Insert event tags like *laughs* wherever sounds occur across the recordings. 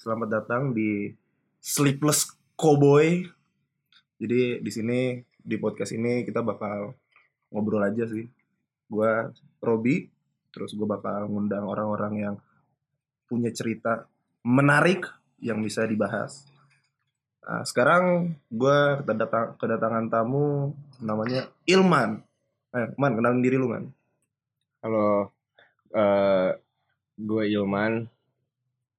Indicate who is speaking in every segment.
Speaker 1: Selamat datang di Sleepless Cowboy. Jadi di sini di podcast ini kita bakal ngobrol aja sih. Gua Robi, terus gue bakal ngundang orang-orang yang punya cerita menarik yang bisa dibahas. Nah, sekarang gua kedatang- kedatangan tamu namanya Ilman. Eh, Man, kenalin diri lu, Man.
Speaker 2: Halo, eh gue Ilman,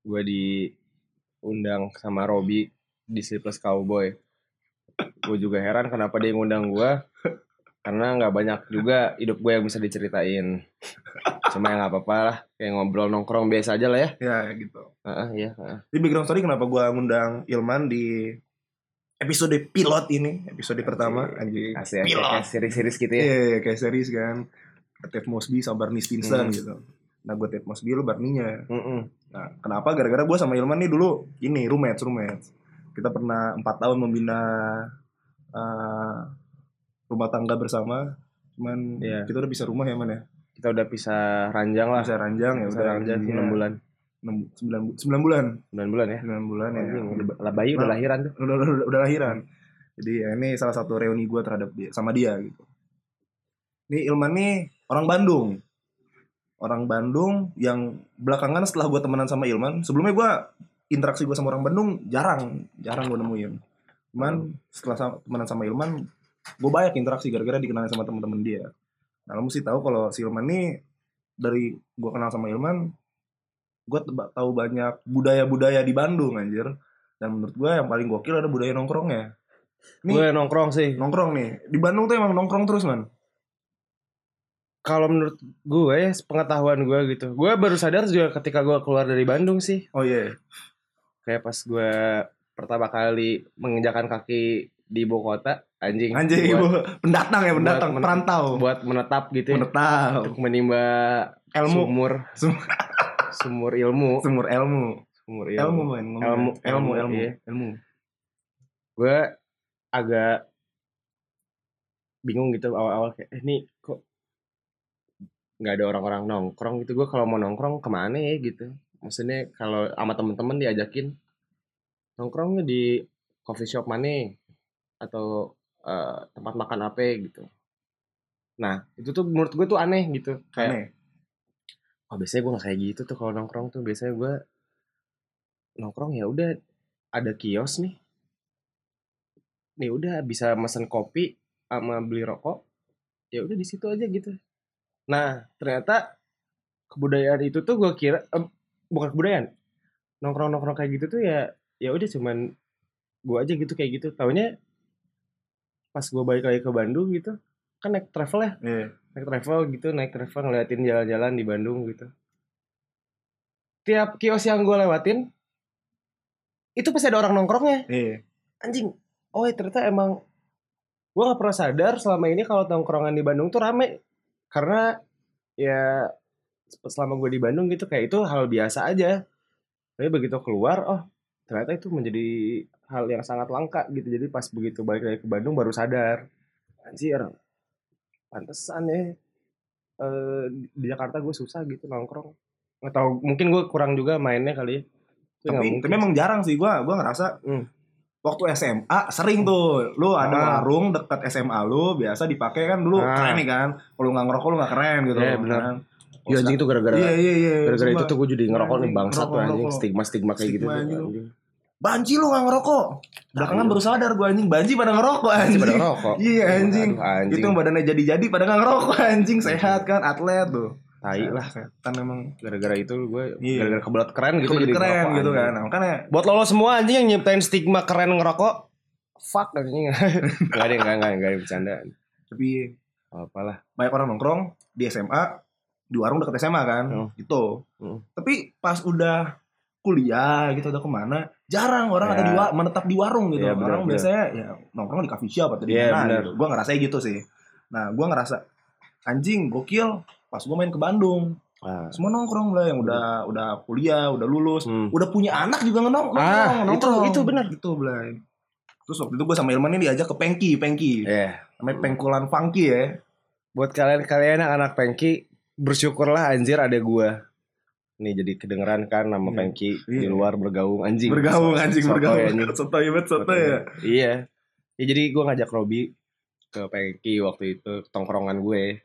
Speaker 2: gue diundang sama Robi di Sleepless Cowboy. Gue juga heran kenapa dia ngundang gue, karena nggak banyak juga hidup gue yang bisa diceritain. Cuma ya nggak apa-apa lah, kayak ngobrol nongkrong biasa aja lah ya.
Speaker 1: Ya, gitu.
Speaker 2: Heeh, iya. heeh.
Speaker 1: Di background story kenapa gue ngundang Ilman di episode pilot ini, episode pertama anjing.
Speaker 2: Asli asli,
Speaker 1: Pilot.
Speaker 2: kayak series-series gitu
Speaker 1: Iya,
Speaker 2: ya.
Speaker 1: iya, kayak series kan. Ted Mosby sama Barney Stinson
Speaker 2: Hmm.
Speaker 1: gitu. Nah, gue Ted Mosby lu Barney-nya.
Speaker 2: Mm-mm.
Speaker 1: Nah, kenapa gara-gara gue sama Ilman nih dulu ini roommates, roommates. Kita pernah empat tahun membina eh, rumah tangga bersama. Cuman
Speaker 2: Iya.
Speaker 1: kita udah bisa rumah ya, Man ya.
Speaker 2: Kita udah pisah ranjang lah,
Speaker 1: Bisa ranjang ya
Speaker 2: pisah
Speaker 1: udah
Speaker 2: ranjang
Speaker 1: jadinya
Speaker 2: 9 bulan,
Speaker 1: enam- sembilan bu- sembilan bulan.
Speaker 2: 9 bulan ya.
Speaker 1: 9 bulan ya.
Speaker 2: Anjing, udah- lah, Bayi udah
Speaker 1: Nah.
Speaker 2: lahiran tuh.
Speaker 1: udah, udah, udah- udah lahiran. Jadi ya, ini salah satu reuni gue terhadap dia, sama dia gitu. Ini Ilman nih orang Bandung. Orang Bandung yang belakangan setelah gue temenan sama Ilman, sebelumnya gue interaksi gue sama orang Bandung jarang, jarang gue nemuin. Cuman setelah sa- temenan sama Ilman, gue banyak interaksi gara-gara dikenalin sama teman-teman dia. Nah, lo mesti tahu kalau si Ilman nih dari gue kenal sama Ilman, gue tahu banyak budaya-budaya di Bandung anjir. Dan menurut gue yang paling gokil ada budaya nongkrongnya. Nih.
Speaker 2: Gue nongkrong sih,
Speaker 1: Nongkrong nih. Di Bandung tuh emang nongkrong terus, Man.
Speaker 2: kalau menurut gue ya pengetahuan gue gitu gue baru sadar juga ketika gue keluar dari Bandung sih
Speaker 1: Oh iya.
Speaker 2: kayak pas gue pertama kali menginjakan kaki di ibu kota anjing
Speaker 1: Anjing ibu.
Speaker 2: buat,
Speaker 1: Pendatang ya, pendatang.
Speaker 2: buat men-
Speaker 1: Perantau.
Speaker 2: buat menetap gitu ya.
Speaker 1: Menetap.
Speaker 2: untuk menimba
Speaker 1: Ilmu.
Speaker 2: sumur
Speaker 1: Sum-
Speaker 2: sumur ilmu
Speaker 1: Sumur ilmu.
Speaker 2: sumur
Speaker 1: Ilmu,
Speaker 2: ilmu
Speaker 1: Man. Ngomong.
Speaker 2: Ilmu,
Speaker 1: Ilmu,
Speaker 2: ilmu,
Speaker 1: ilmu.
Speaker 2: iya.
Speaker 1: ilmu.
Speaker 2: gue agak bingung gitu awal-awal kayak eh, ini kok nggak ada orang-orang nongkrong gitu gue kalau mau nongkrong kemana ya gitu maksudnya kalau sama temen-temen diajakin nongkrongnya di coffee shop mana atau eh, tempat makan apa gitu nah itu tuh menurut gue tuh aneh gitu kayak
Speaker 1: Aneh.
Speaker 2: oh biasanya gue gak kayak gitu tuh kalau nongkrong tuh biasanya gue nongkrong ya udah ada kios nih nih udah bisa mesen kopi sama beli rokok ya udah di situ aja gitu nah ternyata kebudayaan itu tuh gue kira eh, bukan kebudayaan nongkrong nongkrong kayak gitu tuh ya ya udah cuman gue aja gitu kayak gitu taunya pas gue balik lagi ke Bandung gitu kan naik travel ya
Speaker 1: Iya.
Speaker 2: naik travel gitu naik travel ngeliatin jalan-jalan di Bandung gitu tiap kios yang gue lewatin itu pasti ada orang nongkrongnya
Speaker 1: Iya.
Speaker 2: anjing oh ya ternyata emang gue gak pernah sadar selama ini kalau nongkrongan di Bandung tuh rame karena ya selama gue di Bandung gitu kayak itu hal biasa aja tapi begitu keluar oh ternyata itu menjadi hal yang sangat langka gitu jadi pas begitu balik lagi ke Bandung baru sadar anjir pantesan ya eh, di Jakarta gue susah gitu nongkrong nggak tahu mungkin gue kurang juga mainnya kali ya Tapi nggak
Speaker 1: Tapi,
Speaker 2: mungkin.
Speaker 1: tapi emang jarang sih gua gua ngerasa
Speaker 2: Hmm.
Speaker 1: waktu SMA sering tuh lu ada
Speaker 2: Ah.
Speaker 1: warung dekat SMA lu biasa dipakai kan dulu
Speaker 2: Ah.
Speaker 1: keren nih kan kalau nggak ngerokok lu nggak keren gitu
Speaker 2: Iya, benar.
Speaker 1: kan.
Speaker 2: Ya, anjing itu gara-gara
Speaker 1: iya iya iya
Speaker 2: gara-gara itu
Speaker 1: Sumpah.
Speaker 2: tuh gue jadi ngerokok nih
Speaker 1: Anjing,
Speaker 2: bangsat tuh
Speaker 1: ngerokok,
Speaker 2: anjing
Speaker 1: ngerokok.
Speaker 2: stigma stigma kayak gitu
Speaker 1: Stigma
Speaker 2: tuh,
Speaker 1: anjing lu.
Speaker 2: anjing.
Speaker 1: Banci lu gak ngerokok Belakangan
Speaker 2: Nah,
Speaker 1: baru sadar gue anjing Banci pada ngerokok
Speaker 2: Masih
Speaker 1: anjing
Speaker 2: pada ngerokok
Speaker 1: Iya anjing
Speaker 2: Aduh, anjing
Speaker 1: Itu yang badannya jadi-jadi pada gak ngerokok anjing Sehat kan atlet tuh
Speaker 2: tai lah
Speaker 1: Setan emang
Speaker 2: gara-gara itu gue
Speaker 1: Iya.
Speaker 2: gara-gara kebelet keren gitu
Speaker 1: Kebelet
Speaker 2: jadi
Speaker 1: keren
Speaker 2: ngerokok,
Speaker 1: gitu kan
Speaker 2: anjing.
Speaker 1: Nah, Makanya
Speaker 2: buat lo semua anjing yang nyiptain stigma keren ngerokok fuck anjing *laughs* gak ada gak gak gak ada bercanda
Speaker 1: Tapi
Speaker 2: apalah
Speaker 1: banyak orang nongkrong Di SMA Di warung deket SMA kan
Speaker 2: Hmm.
Speaker 1: Gitu
Speaker 2: Hmm.
Speaker 1: Tapi pas udah kuliah gitu atau kemana jarang orang
Speaker 2: Ya.
Speaker 1: ada di wa- menetap di warung gitu
Speaker 2: Ya, benar,
Speaker 1: orang
Speaker 2: benar.
Speaker 1: biasanya ya nongkrong di coffee shop atau di
Speaker 2: Ya,
Speaker 1: mana
Speaker 2: benar.
Speaker 1: gitu gue ngerasa gitu sih nah gue ngerasa anjing gokil pas gue main ke Bandung
Speaker 2: ah.
Speaker 1: semua nongkrong lah yang udah udah kuliah udah lulus
Speaker 2: Hmm.
Speaker 1: udah punya anak juga ngenong
Speaker 2: Ah,
Speaker 1: nongkrong, nongkrong.
Speaker 2: itu- itu benar.
Speaker 1: itu belai Terus waktu itu gue sama Ilman ini diajak ke Pengki, Pengki.
Speaker 2: Iya.
Speaker 1: Namanya pengkolan funky ya.
Speaker 2: Buat kalian-kalian anak-anak Pengki, bersyukurlah anjir ada gua. Nih jadi kedengeran kan nama
Speaker 1: Iya.
Speaker 2: Pengki di
Speaker 1: Iya.
Speaker 2: luar bergaung anjing.
Speaker 1: Bergaung
Speaker 2: So-
Speaker 1: anjing,
Speaker 2: sotoy
Speaker 1: bergaung.
Speaker 2: anjing.
Speaker 1: Sotoy banget, sotoy ya.
Speaker 2: Iya. Ya jadi gue ngajak Robi ke Pengki waktu itu tongkrongan gue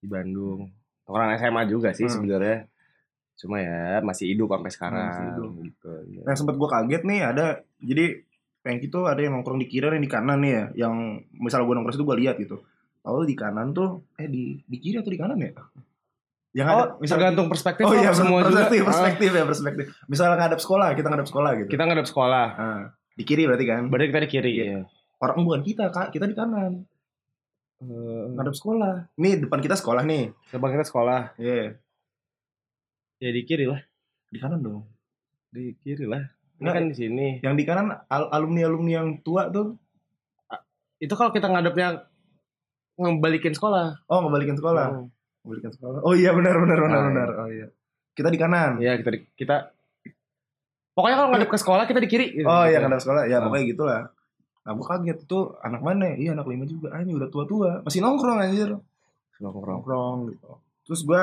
Speaker 2: di Bandung. Tongkrongan SMA juga sih
Speaker 1: Hmm.
Speaker 2: sebenarnya. Cuma ya masih hidup sampai sekarang
Speaker 1: Masih hidup.
Speaker 2: gitu. iya.
Speaker 1: Nah sempet gue kaget nih ada jadi Pengki tuh ada yang nongkrong di kiri dan yang di kanan nih ya. Yang misal gue nongkrong situ gue lihat gitu. Lalu di kanan tuh eh di di kiri atau di kanan ya? Yang ada
Speaker 2: Oh,
Speaker 1: misal
Speaker 2: tergantung
Speaker 1: Oh
Speaker 2: perspektif lah,
Speaker 1: iya,
Speaker 2: semua juga.
Speaker 1: perspektif,
Speaker 2: Ah,
Speaker 1: perspektif ya, perspektif. Misalnya ngadap sekolah, kita ngadap sekolah gitu.
Speaker 2: kita ngadep sekolah,
Speaker 1: Ah, di kiri berarti kan?
Speaker 2: berarti kita di kiri.
Speaker 1: Iya.
Speaker 2: Iya.
Speaker 1: Orang bukan kita, Kak. Kita di kanan,
Speaker 2: Eh,
Speaker 1: ngadap sekolah. Nih, depan kita sekolah nih.
Speaker 2: Sebang kita sekolah,
Speaker 1: Iya,
Speaker 2: ya di kiri lah,
Speaker 1: di kanan dong.
Speaker 2: di kiri lah. Ini
Speaker 1: Nggak,
Speaker 2: kan di sini.
Speaker 1: Yang di kanan alumni-alumni yang tua tuh.
Speaker 2: Itu kalau kita ngadepnya ngebalikin sekolah.
Speaker 1: Oh, ngebalikin sekolah. Ngebalikin sekolah. Oh iya, benar benar benar
Speaker 2: Ah, iya.
Speaker 1: benar. Oh iya. Kita di kanan.
Speaker 2: Iya, kita di- kita Pokoknya kalau ngadep ke sekolah kita di kiri. gitu.
Speaker 1: Oh iya,
Speaker 2: Gitu.
Speaker 1: ngadap sekolah. Ya,
Speaker 2: Ah.
Speaker 1: pokoknya gitulah. Nah, gue kaget tuh anak mana? ya? Iya, anak lima juga. Anjing udah tua-tua, masih nongkrong anjir.
Speaker 2: nongkrong.
Speaker 1: Nongkrong gitu. Terus gue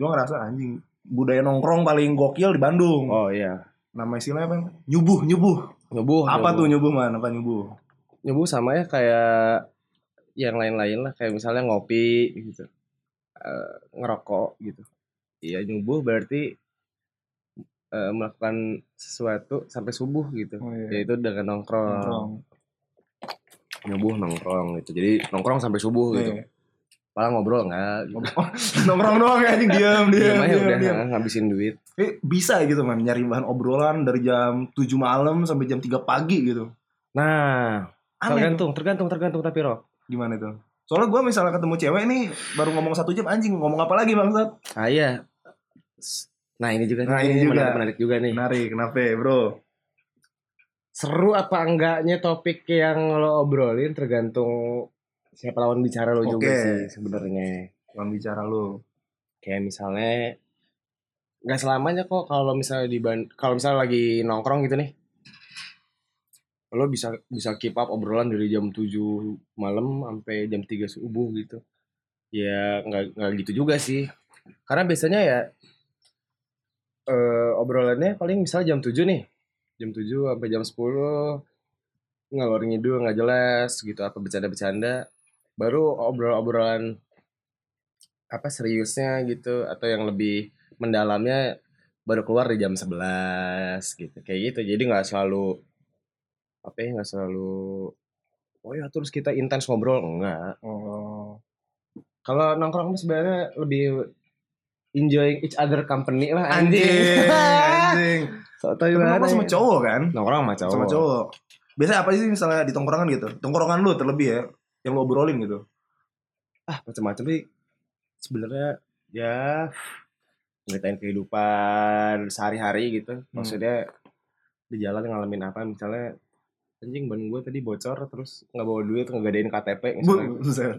Speaker 1: gue ngerasa anjing budaya nongkrong paling gokil di Bandung.
Speaker 2: Oh iya.
Speaker 1: nama istilahnya apa? Nyubuh, nyubuh.
Speaker 2: Nyebuh.
Speaker 1: apa tuh nyubuh man? Apa nyubuh?
Speaker 2: Nyebuh sama ya kayak yang lain-lain lah kayak misalnya ngopi gitu. Eh, ngerokok gitu. Iya, nyebuh berarti eh, melakukan sesuatu sampai subuh gitu.
Speaker 1: Oh, iya.
Speaker 2: Yaitu dengan nongkrong.
Speaker 1: Nongkrong.
Speaker 2: Nyebuh nongkrong gitu. Jadi nongkrong sampai subuh gitu.
Speaker 1: Iya.
Speaker 2: Paling ngobrol enggak gitu.
Speaker 1: *laughs* Nongkrong doang ya, anjing diam, diam,
Speaker 2: Diam aja
Speaker 1: diam,
Speaker 2: udah
Speaker 1: diam.
Speaker 2: nah, ngabisin duit.
Speaker 1: Eh, bisa gitu man, nyari bahan obrolan dari jam 7 malam sampai jam 3 pagi gitu.
Speaker 2: Nah,
Speaker 1: Aneh.
Speaker 2: tergantung, tergantung, tergantung tapi Rob.
Speaker 1: Gimana itu? Soalnya gue misalnya ketemu cewek nih baru ngomong satu jam anjing ngomong apa lagi bangsat?
Speaker 2: Ah iya. S- Nah ini juga
Speaker 1: Nah, ini juga.
Speaker 2: menarik, menarik juga nih.
Speaker 1: Menarik, kenapa ya, bro?
Speaker 2: Seru apa enggaknya topik yang lo obrolin tergantung siapa lawan bicara lo juga
Speaker 1: Oke.
Speaker 2: sih sebenarnya.
Speaker 1: Lawan bicara lo.
Speaker 2: Kayak misalnya nggak selamanya kok kalau misalnya di Ban- kalau misalnya lagi nongkrong gitu nih lo bisa bisa keep up obrolan dari jam 7 malam sampai jam 3 subuh gitu ya nggak nggak gitu juga sih karena biasanya ya eh, obrolannya paling misalnya jam 7 nih jam 7 sampai jam 10 ngalor ngidul nggak jelas gitu apa bercanda-bercanda baru obrol-obrolan apa seriusnya gitu atau yang lebih mendalamnya baru keluar di jam 11 gitu kayak gitu jadi nggak selalu apa ya nggak selalu oh ya terus kita intens ngobrol enggak
Speaker 1: Oh.
Speaker 2: kalau nongkrong mah sebenarnya lebih enjoying each other company lah
Speaker 1: Anjing, anjing.
Speaker 2: *laughs*
Speaker 1: Tapi
Speaker 2: Sotoy banget. ya.
Speaker 1: nongkrong sama cowok kan?
Speaker 2: Nongkrong sama cowok.
Speaker 1: sama cowok. Biasanya apa sih misalnya di tongkrongan gitu? Tongkrongan lu terlebih ya, yang lu obrolin gitu.
Speaker 2: Ah, macam-macam sih. Sebenarnya ya ngeritain kehidupan sehari-hari gitu. Maksudnya di jalan ngalamin apa misalnya anjing ban gue tadi bocor terus nggak bawa duit ngegadein KTP misalnya.
Speaker 1: Bu,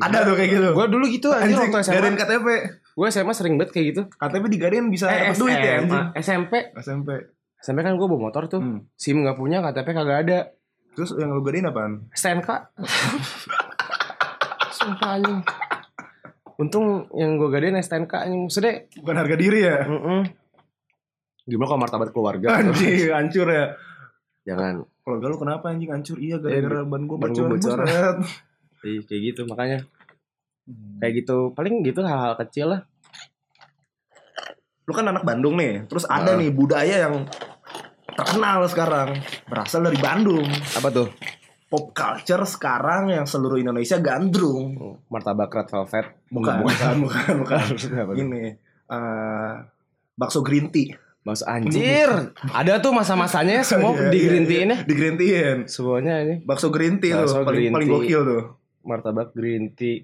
Speaker 1: ada tuh kayak gitu.
Speaker 2: Gue dulu gitu anjing,
Speaker 1: Anjing,
Speaker 2: waktu SMA.
Speaker 1: gadain KTP.
Speaker 2: Gue SMA sering banget kayak gitu.
Speaker 1: KTP digadain bisa dapat duit ya anjing.
Speaker 2: SMP.
Speaker 1: SMP.
Speaker 2: SMP kan gue bawa motor tuh.
Speaker 1: Hmm.
Speaker 2: SIM nggak punya, KTP kagak ada.
Speaker 1: Terus yang lu gadain apaan?
Speaker 2: STNK. *laughs* Sumpah anjing. Untung yang gue gadein STNK anjing. Maksudnya
Speaker 1: Bukan harga diri ya?
Speaker 2: Mm-mm. Gimana kalau martabat keluarga?
Speaker 1: Anjing, hancur ya.
Speaker 2: Jangan.
Speaker 1: Kalau galau kenapa anjing hancur? Iya gara-gara ban gua
Speaker 2: ban gua
Speaker 1: bocor.
Speaker 2: bocor.
Speaker 1: Buset.
Speaker 2: Ih, kayak gitu makanya. Kayak gitu. Paling gitu hal-hal kecil lah.
Speaker 1: Lu kan anak Bandung nih. Terus ada
Speaker 2: Nah.
Speaker 1: nih budaya yang terkenal sekarang berasal dari Bandung.
Speaker 2: Apa tuh?
Speaker 1: Pop culture sekarang yang seluruh Indonesia gandrung.
Speaker 2: Mm, Martabak red velvet.
Speaker 1: Bukan, *laughs* bukan, bukan, bukan.
Speaker 2: *laughs* Apa tuh?
Speaker 1: Ini eh bakso green tea.
Speaker 2: Maksud anjir. Ada tuh masa-masanya Eh,
Speaker 1: *laughs*
Speaker 2: semua
Speaker 1: Iya,
Speaker 2: di
Speaker 1: iya,
Speaker 2: green
Speaker 1: iya.
Speaker 2: tea-nya.
Speaker 1: Di green tea-in.
Speaker 2: Semuanya ini
Speaker 1: Bakso green tea tuh
Speaker 2: Bakso
Speaker 1: paling
Speaker 2: green
Speaker 1: paling
Speaker 2: tea.
Speaker 1: gokil tuh.
Speaker 2: martabak green tea.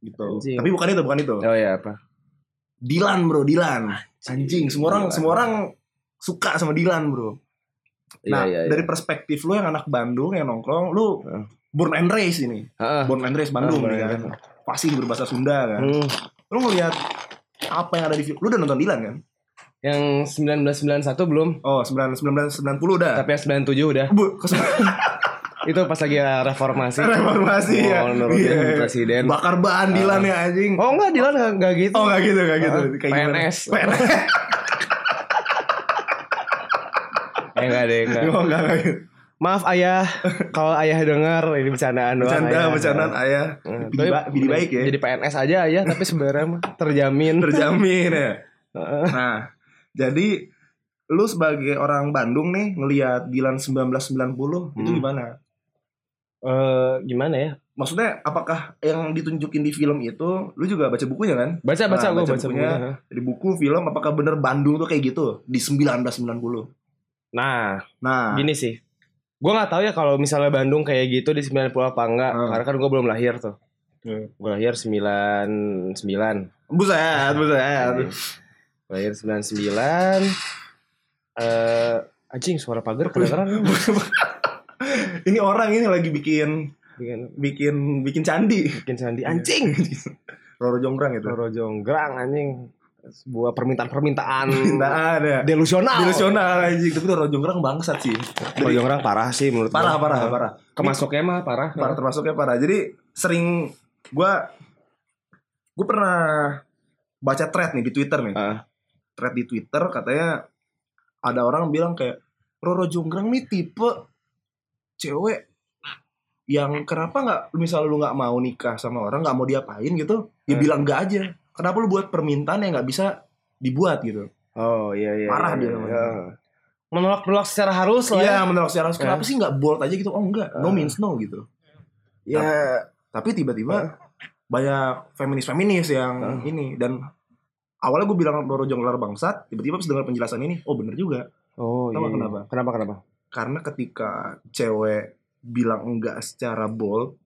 Speaker 1: Gitu.
Speaker 2: Anjing.
Speaker 1: Tapi bukan itu, bukan itu.
Speaker 2: Oh ya apa?
Speaker 1: Dilan, Bro, Dilan. Anjing, semua orang
Speaker 2: Dilan.
Speaker 1: semua orang suka sama Dilan, Bro. Nah,
Speaker 2: Iya, iya,
Speaker 1: dari
Speaker 2: iya.
Speaker 1: perspektif lu yang anak Bandung yang nongkrong, lu
Speaker 2: Heeh.
Speaker 1: born and raised ini.
Speaker 2: Heeh.
Speaker 1: Born and raised Bandung
Speaker 2: Ah,
Speaker 1: nih
Speaker 2: born
Speaker 1: kan.
Speaker 2: and
Speaker 1: Pasti berbahasa Sunda kan.
Speaker 2: Hmm.
Speaker 1: Lu ngelihat apa yang ada di film? Lu udah nonton Dilan kan?
Speaker 2: Yang 1991 belum,
Speaker 1: Oh, 9 1990 udah.
Speaker 2: tapi yang 97 udah. *laughs*
Speaker 1: Bu, ke-
Speaker 2: itu pas lagi reformasi.
Speaker 1: reformasi ya
Speaker 2: Mau nurutin
Speaker 1: Iya.
Speaker 2: presiden.
Speaker 1: bakar bahan Dilan ya anjing
Speaker 2: Oh enggak, Dilan enggak, enggak gitu.
Speaker 1: oh nggak gitu nggak gitu
Speaker 2: Ah,
Speaker 1: *laughs*
Speaker 2: PNS.
Speaker 1: gimana? PNS
Speaker 2: Eh, enggak deh, enggak.
Speaker 1: oh nggak nggak gitu
Speaker 2: Maaf
Speaker 1: *laughs*
Speaker 2: ayah, kalau ayah dengar ini bercandaan doang.
Speaker 1: bercanda
Speaker 2: ayah.
Speaker 1: bercandaan ayah
Speaker 2: Hmm,
Speaker 1: bini,
Speaker 2: tapi
Speaker 1: ba- bini baik ya
Speaker 2: Jadi PNS aja ayah, tapi sebenarnya mah
Speaker 1: *laughs*
Speaker 2: terjamin. *laughs*
Speaker 1: terjamin ya
Speaker 2: Heeh.
Speaker 1: nah jadi lu sebagai orang Bandung nih ngelihat Dilan 1990 itu
Speaker 2: Hmm.
Speaker 1: gimana
Speaker 2: Eh, gimana ya?
Speaker 1: maksudnya apakah yang ditunjukin di film itu lu juga baca bukunya kan
Speaker 2: Baca baca
Speaker 1: Nah,
Speaker 2: gue
Speaker 1: baca
Speaker 2: baca
Speaker 1: bukunya.
Speaker 2: bukunya.
Speaker 1: di buku film apakah bener Bandung tuh kayak gitu di 1990
Speaker 2: Nah,
Speaker 1: nah
Speaker 2: gini sih gue nggak tahu ya kalau misalnya Bandung kayak gitu di 90 apa enggak
Speaker 1: Hmm.
Speaker 2: karena kan gue belum lahir tuh
Speaker 1: Hmm.
Speaker 2: gue lahir 99 Nah.
Speaker 1: buset buset
Speaker 2: Iya. lahir 99 eh anjing suara pagar kedengeran
Speaker 1: ini orang ini lagi bikin
Speaker 2: bikin,
Speaker 1: bikin bikin candi
Speaker 2: bikin sandi anjing
Speaker 1: Roro Jonggrang itu
Speaker 2: Roro Jonggrang anjing sebuah
Speaker 1: *laughs*
Speaker 2: permintaan-permintaan
Speaker 1: nggak ada
Speaker 2: delusional
Speaker 1: delusional anjing tapi Roro Jonggrang bangsat sih
Speaker 2: Roro Jonggrang parah sih menurut
Speaker 1: parah
Speaker 2: gua.
Speaker 1: parah parah
Speaker 2: kemasuknya mah parah
Speaker 1: parah termasuknya parah jadi sering gua gue pernah baca thread nih di Twitter nih
Speaker 2: Ah.
Speaker 1: thread di Twitter katanya ada orang bilang kayak Roro Jonggrang nih tipe cewek yang kenapa nggak misal lu nggak mau nikah sama orang nggak mau diapain gitu ya
Speaker 2: Ah.
Speaker 1: bilang enggak aja kenapa lu buat permintaan yang nggak bisa dibuat gitu
Speaker 2: oh iya iya
Speaker 1: Parah
Speaker 2: iya,
Speaker 1: dia,
Speaker 2: iya. menolak menolak secara harus lah ya.
Speaker 1: Iya menolak secara harus kenapa sih nggak bold aja gitu oh enggak no
Speaker 2: Ah.
Speaker 1: means no gitu
Speaker 2: ya
Speaker 1: tapi tiba-tiba banyak feminis-feminis yang ini dan awalnya gue bilang Roro Jonggrang bangsat tiba-tiba pas dengar penjelasan ini oh bener juga
Speaker 2: Oh
Speaker 1: Kenapa,
Speaker 2: iya.
Speaker 1: kenapa?
Speaker 2: Kenapa kenapa?
Speaker 1: karena ketika cewek bilang enggak secara bold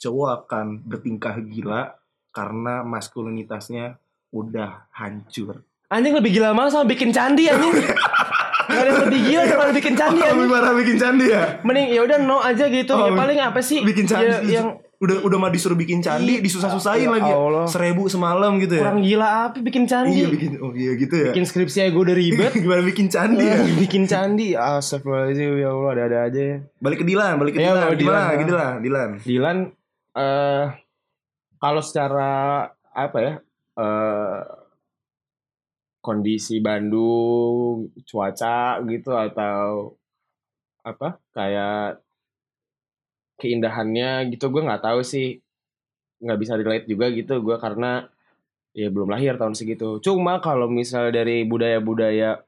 Speaker 1: cowok akan bertingkah gila karena maskulinitasnya udah
Speaker 2: *laughs*
Speaker 1: hancur.
Speaker 2: Anjing lebih gila malah sama bikin candi
Speaker 1: *laughs*
Speaker 2: anjing. Gak ada yang lebih gila daripada bikin candi anjing.
Speaker 1: parah bikin candi ya?
Speaker 2: Mending ya udah no aja gitu.
Speaker 1: Oh,
Speaker 2: ya paling apa sih?
Speaker 1: Bikin candi.
Speaker 2: Ya, yang
Speaker 1: Udah udah mah disuruh bikin candi
Speaker 2: Iya.
Speaker 1: disusah-susahin
Speaker 2: Ya
Speaker 1: lagi. ya.
Speaker 2: Allah.
Speaker 1: Seribu semalam gitu ya.
Speaker 2: kurang gila apa bikin candi?
Speaker 1: Iya bikin oh iya gitu ya.
Speaker 2: Bikin skripsi aja gue udah ribet.
Speaker 1: *laughs* Gimana bikin candi *laughs* ya?
Speaker 2: Eh, bikin candi Astagfirullahaladzim ya Allah ada-ada aja ya
Speaker 1: Balik ke Dilan, balik ke
Speaker 2: Iya,
Speaker 1: Dilan.
Speaker 2: balik ke
Speaker 1: Gimana?
Speaker 2: Dilan.
Speaker 1: Gitu lah, Dilan.
Speaker 2: Dilan eh kalau secara apa ya eh kondisi Bandung cuaca gitu atau apa kayak keindahannya gitu gue nggak tahu sih nggak bisa relate juga gitu gue karena ya belum lahir tahun segitu cuma kalau misal dari budaya-budaya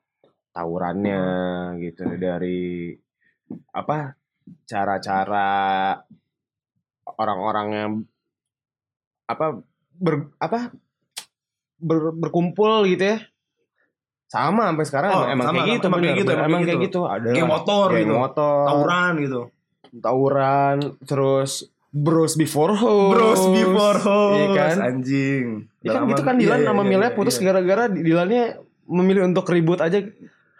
Speaker 2: tawurannya gitu dari apa cara-cara orang-orang yang apa ber apa ber- berkumpul gitu ya sama sampai sekarang
Speaker 1: Oh,
Speaker 2: emang, emang
Speaker 1: sama,
Speaker 2: kayak gitu
Speaker 1: emang kayak
Speaker 2: bener,
Speaker 1: gitu,
Speaker 2: bener.
Speaker 1: emang
Speaker 2: emang
Speaker 1: kayak
Speaker 2: kayak gitu ada
Speaker 1: Geng motor
Speaker 2: geng
Speaker 1: gitu.
Speaker 2: motor
Speaker 1: Tauran gitu.
Speaker 2: tawuran terus bros before hoes
Speaker 1: Bros before hoes.
Speaker 2: iya kan
Speaker 1: Anjing.
Speaker 2: Iya kan
Speaker 1: Dalam-
Speaker 2: gitu kan
Speaker 1: iya,
Speaker 2: Dilan
Speaker 1: iya,
Speaker 2: sama
Speaker 1: iya,
Speaker 2: Mila
Speaker 1: iya,
Speaker 2: putus gitu
Speaker 1: iya.
Speaker 2: gara-gara Dilannya memilih untuk ribut aja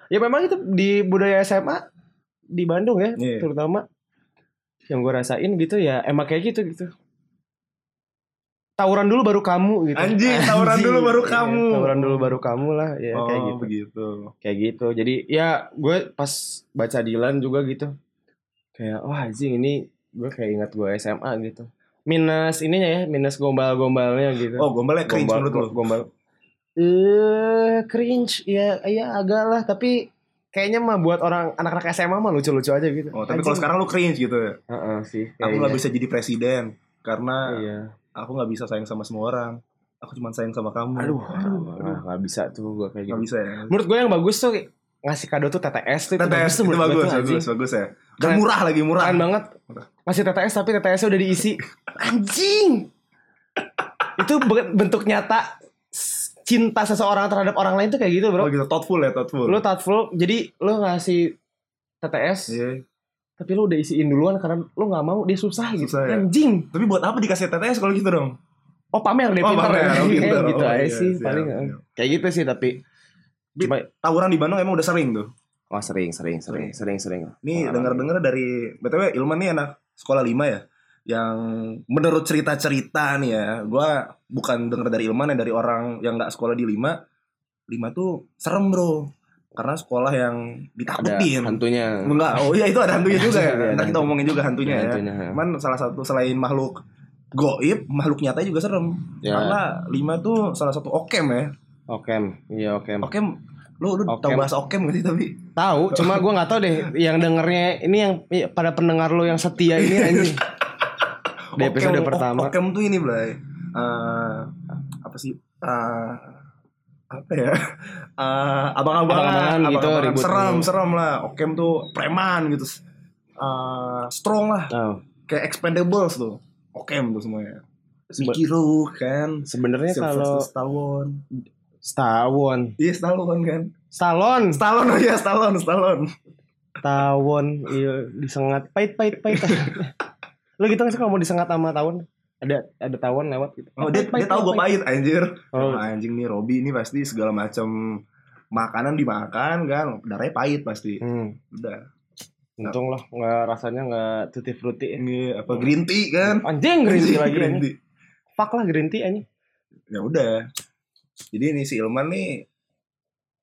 Speaker 2: ya memang itu di budaya SMA di Bandung ya
Speaker 1: Iya.
Speaker 2: terutama yang gue rasain gitu ya emang kayak gitu gitu tawuran dulu baru kamu gitu
Speaker 1: Anjing, tawuran
Speaker 2: Anjing.
Speaker 1: dulu baru
Speaker 2: Iya,
Speaker 1: kamu.
Speaker 2: tawuran dulu baru kamu lah ya
Speaker 1: oh,
Speaker 2: kayak gitu
Speaker 1: begitu.
Speaker 2: kayak gitu jadi ya gue pas baca Dilan juga gitu kayak wah anjing ini gue kayak ingat gue SMA gitu minus ininya ya minus gombal-gombalnya gitu
Speaker 1: Oh, gombalnya cringe menurut lu.
Speaker 2: gombal eh cringe ya ya agak lah tapi kayaknya mah buat orang anak-anak SMA mah lucu-lucu aja gitu
Speaker 1: Oh, tapi kalau sekarang lu cringe gitu ya.
Speaker 2: Heeh, sih
Speaker 1: Aku nggak
Speaker 2: kayaknya.
Speaker 1: bisa jadi presiden karena
Speaker 2: iya
Speaker 1: aku nggak bisa sayang sama semua orang. Aku cuma sayang sama kamu.
Speaker 2: aduh
Speaker 1: aduh.
Speaker 2: nggak nggak bisa tuh gue kayak
Speaker 1: Nggak
Speaker 2: gitu
Speaker 1: bisa ya.
Speaker 2: menurut gue yang bagus tuh ngasih kado tuh TTS tuh
Speaker 1: TTS itu
Speaker 2: menurut
Speaker 1: bagus,
Speaker 2: gue tuh, anjing.
Speaker 1: bagus, bagus ya. Dan
Speaker 2: Keren.
Speaker 1: murah lagi murah.
Speaker 2: Keren banget. Masih TTS tapi TTS udah diisi. Anjing. Itu be- bentuk nyata s- cinta seseorang terhadap orang lain tuh kayak gitu,
Speaker 1: Oh
Speaker 2: Bro.
Speaker 1: gitu, thoughtful ya, thoughtful.
Speaker 2: Lu thoughtful, jadi lu ngasih TTS,
Speaker 1: Iya.
Speaker 2: tapi lu udah isiin duluan karena lu nggak mau dia susah, gitu.
Speaker 1: Susah, ya.
Speaker 2: Anjing.
Speaker 1: Tapi buat apa dikasih TTS kalau gitu dong?
Speaker 2: Oh, pamer dia pintar.
Speaker 1: pamer,
Speaker 2: ya.
Speaker 1: oh,
Speaker 2: *laughs* Eh,
Speaker 1: pintar.
Speaker 2: gitu
Speaker 1: Oh,
Speaker 2: aja
Speaker 1: iya,
Speaker 2: sih
Speaker 1: siap,
Speaker 2: paling. eh.
Speaker 1: siap.
Speaker 2: Kayak gitu sih tapi
Speaker 1: Di-
Speaker 2: cuma
Speaker 1: Tawuran di Bandung emang udah sering tuh.
Speaker 2: oh sering sering sering sering sering.
Speaker 1: Nih
Speaker 2: Pengalaman.
Speaker 1: dengar-dengar dari BTW Ilman nih anak sekolah 5 ya. Yang menurut cerita-cerita nih ya, gua bukan denger dari Ilman ya dari orang yang nggak sekolah di 5. 5 tuh serem, Bro. karena sekolah yang
Speaker 2: ada
Speaker 1: ditakutin
Speaker 2: hantunya
Speaker 1: enggak oh iya itu ada hantunya juga ya
Speaker 2: Iya,
Speaker 1: nanti kita
Speaker 2: hantu.
Speaker 1: omongin juga hantunya
Speaker 2: Ada
Speaker 1: ya
Speaker 2: hantunya, ha.
Speaker 1: cuman salah satu selain makhluk goib makhluk nyata juga serem
Speaker 2: ya
Speaker 1: karena lima tuh salah satu okem ya
Speaker 2: okem iya okem
Speaker 1: okem lu lu tahu
Speaker 2: Okem.
Speaker 1: bahasa okem gak sih tapi
Speaker 2: tahu cuma gua nggak tahu deh yang dengernya ini yang iya, pada pendengar lo yang setia ini *laughs* anjing di episode
Speaker 1: Okem-
Speaker 2: pertama
Speaker 1: okem tuh ini Blay Eh, apa sih Eh, apa ya *laughs* Eh, abang-abangan
Speaker 2: Abang-abangan gitu,
Speaker 1: abang-abangan.
Speaker 2: ribut
Speaker 1: serem
Speaker 2: mulu.
Speaker 1: serem lah okem tuh preman gitu Eh, strong lah
Speaker 2: Oh,
Speaker 1: kayak expendables tuh okem tuh semuanya
Speaker 2: sebe-
Speaker 1: Mickey Rourke kan
Speaker 2: sebenarnya kalau
Speaker 1: Sylvester Stallone
Speaker 2: Stawon
Speaker 1: iya Stallone kan
Speaker 2: Stallone
Speaker 1: Stallone oh iya Stallone Stallone
Speaker 2: tawon iya disengat pahit pahit *laughs* pahit lo gitu nggak sih kalau mau disengat sama tawon ada ada tawon lewat gitu
Speaker 1: oh dia, dia tahu gue pahit anjir
Speaker 2: Oh.
Speaker 1: Wah, Nah, anjing nih Robby ini pasti segala macam makanan dimakan kan darahnya pahit pasti
Speaker 2: hmm,
Speaker 1: udah
Speaker 2: untung lah nggak rasanya nggak tutti frutti ya.
Speaker 1: ini apa green tea kan
Speaker 2: anjing *laughs* green tea lagi
Speaker 1: Green tea.
Speaker 2: anjing. fuck lah green tea anjing
Speaker 1: ya udah jadi ini si Ilman nih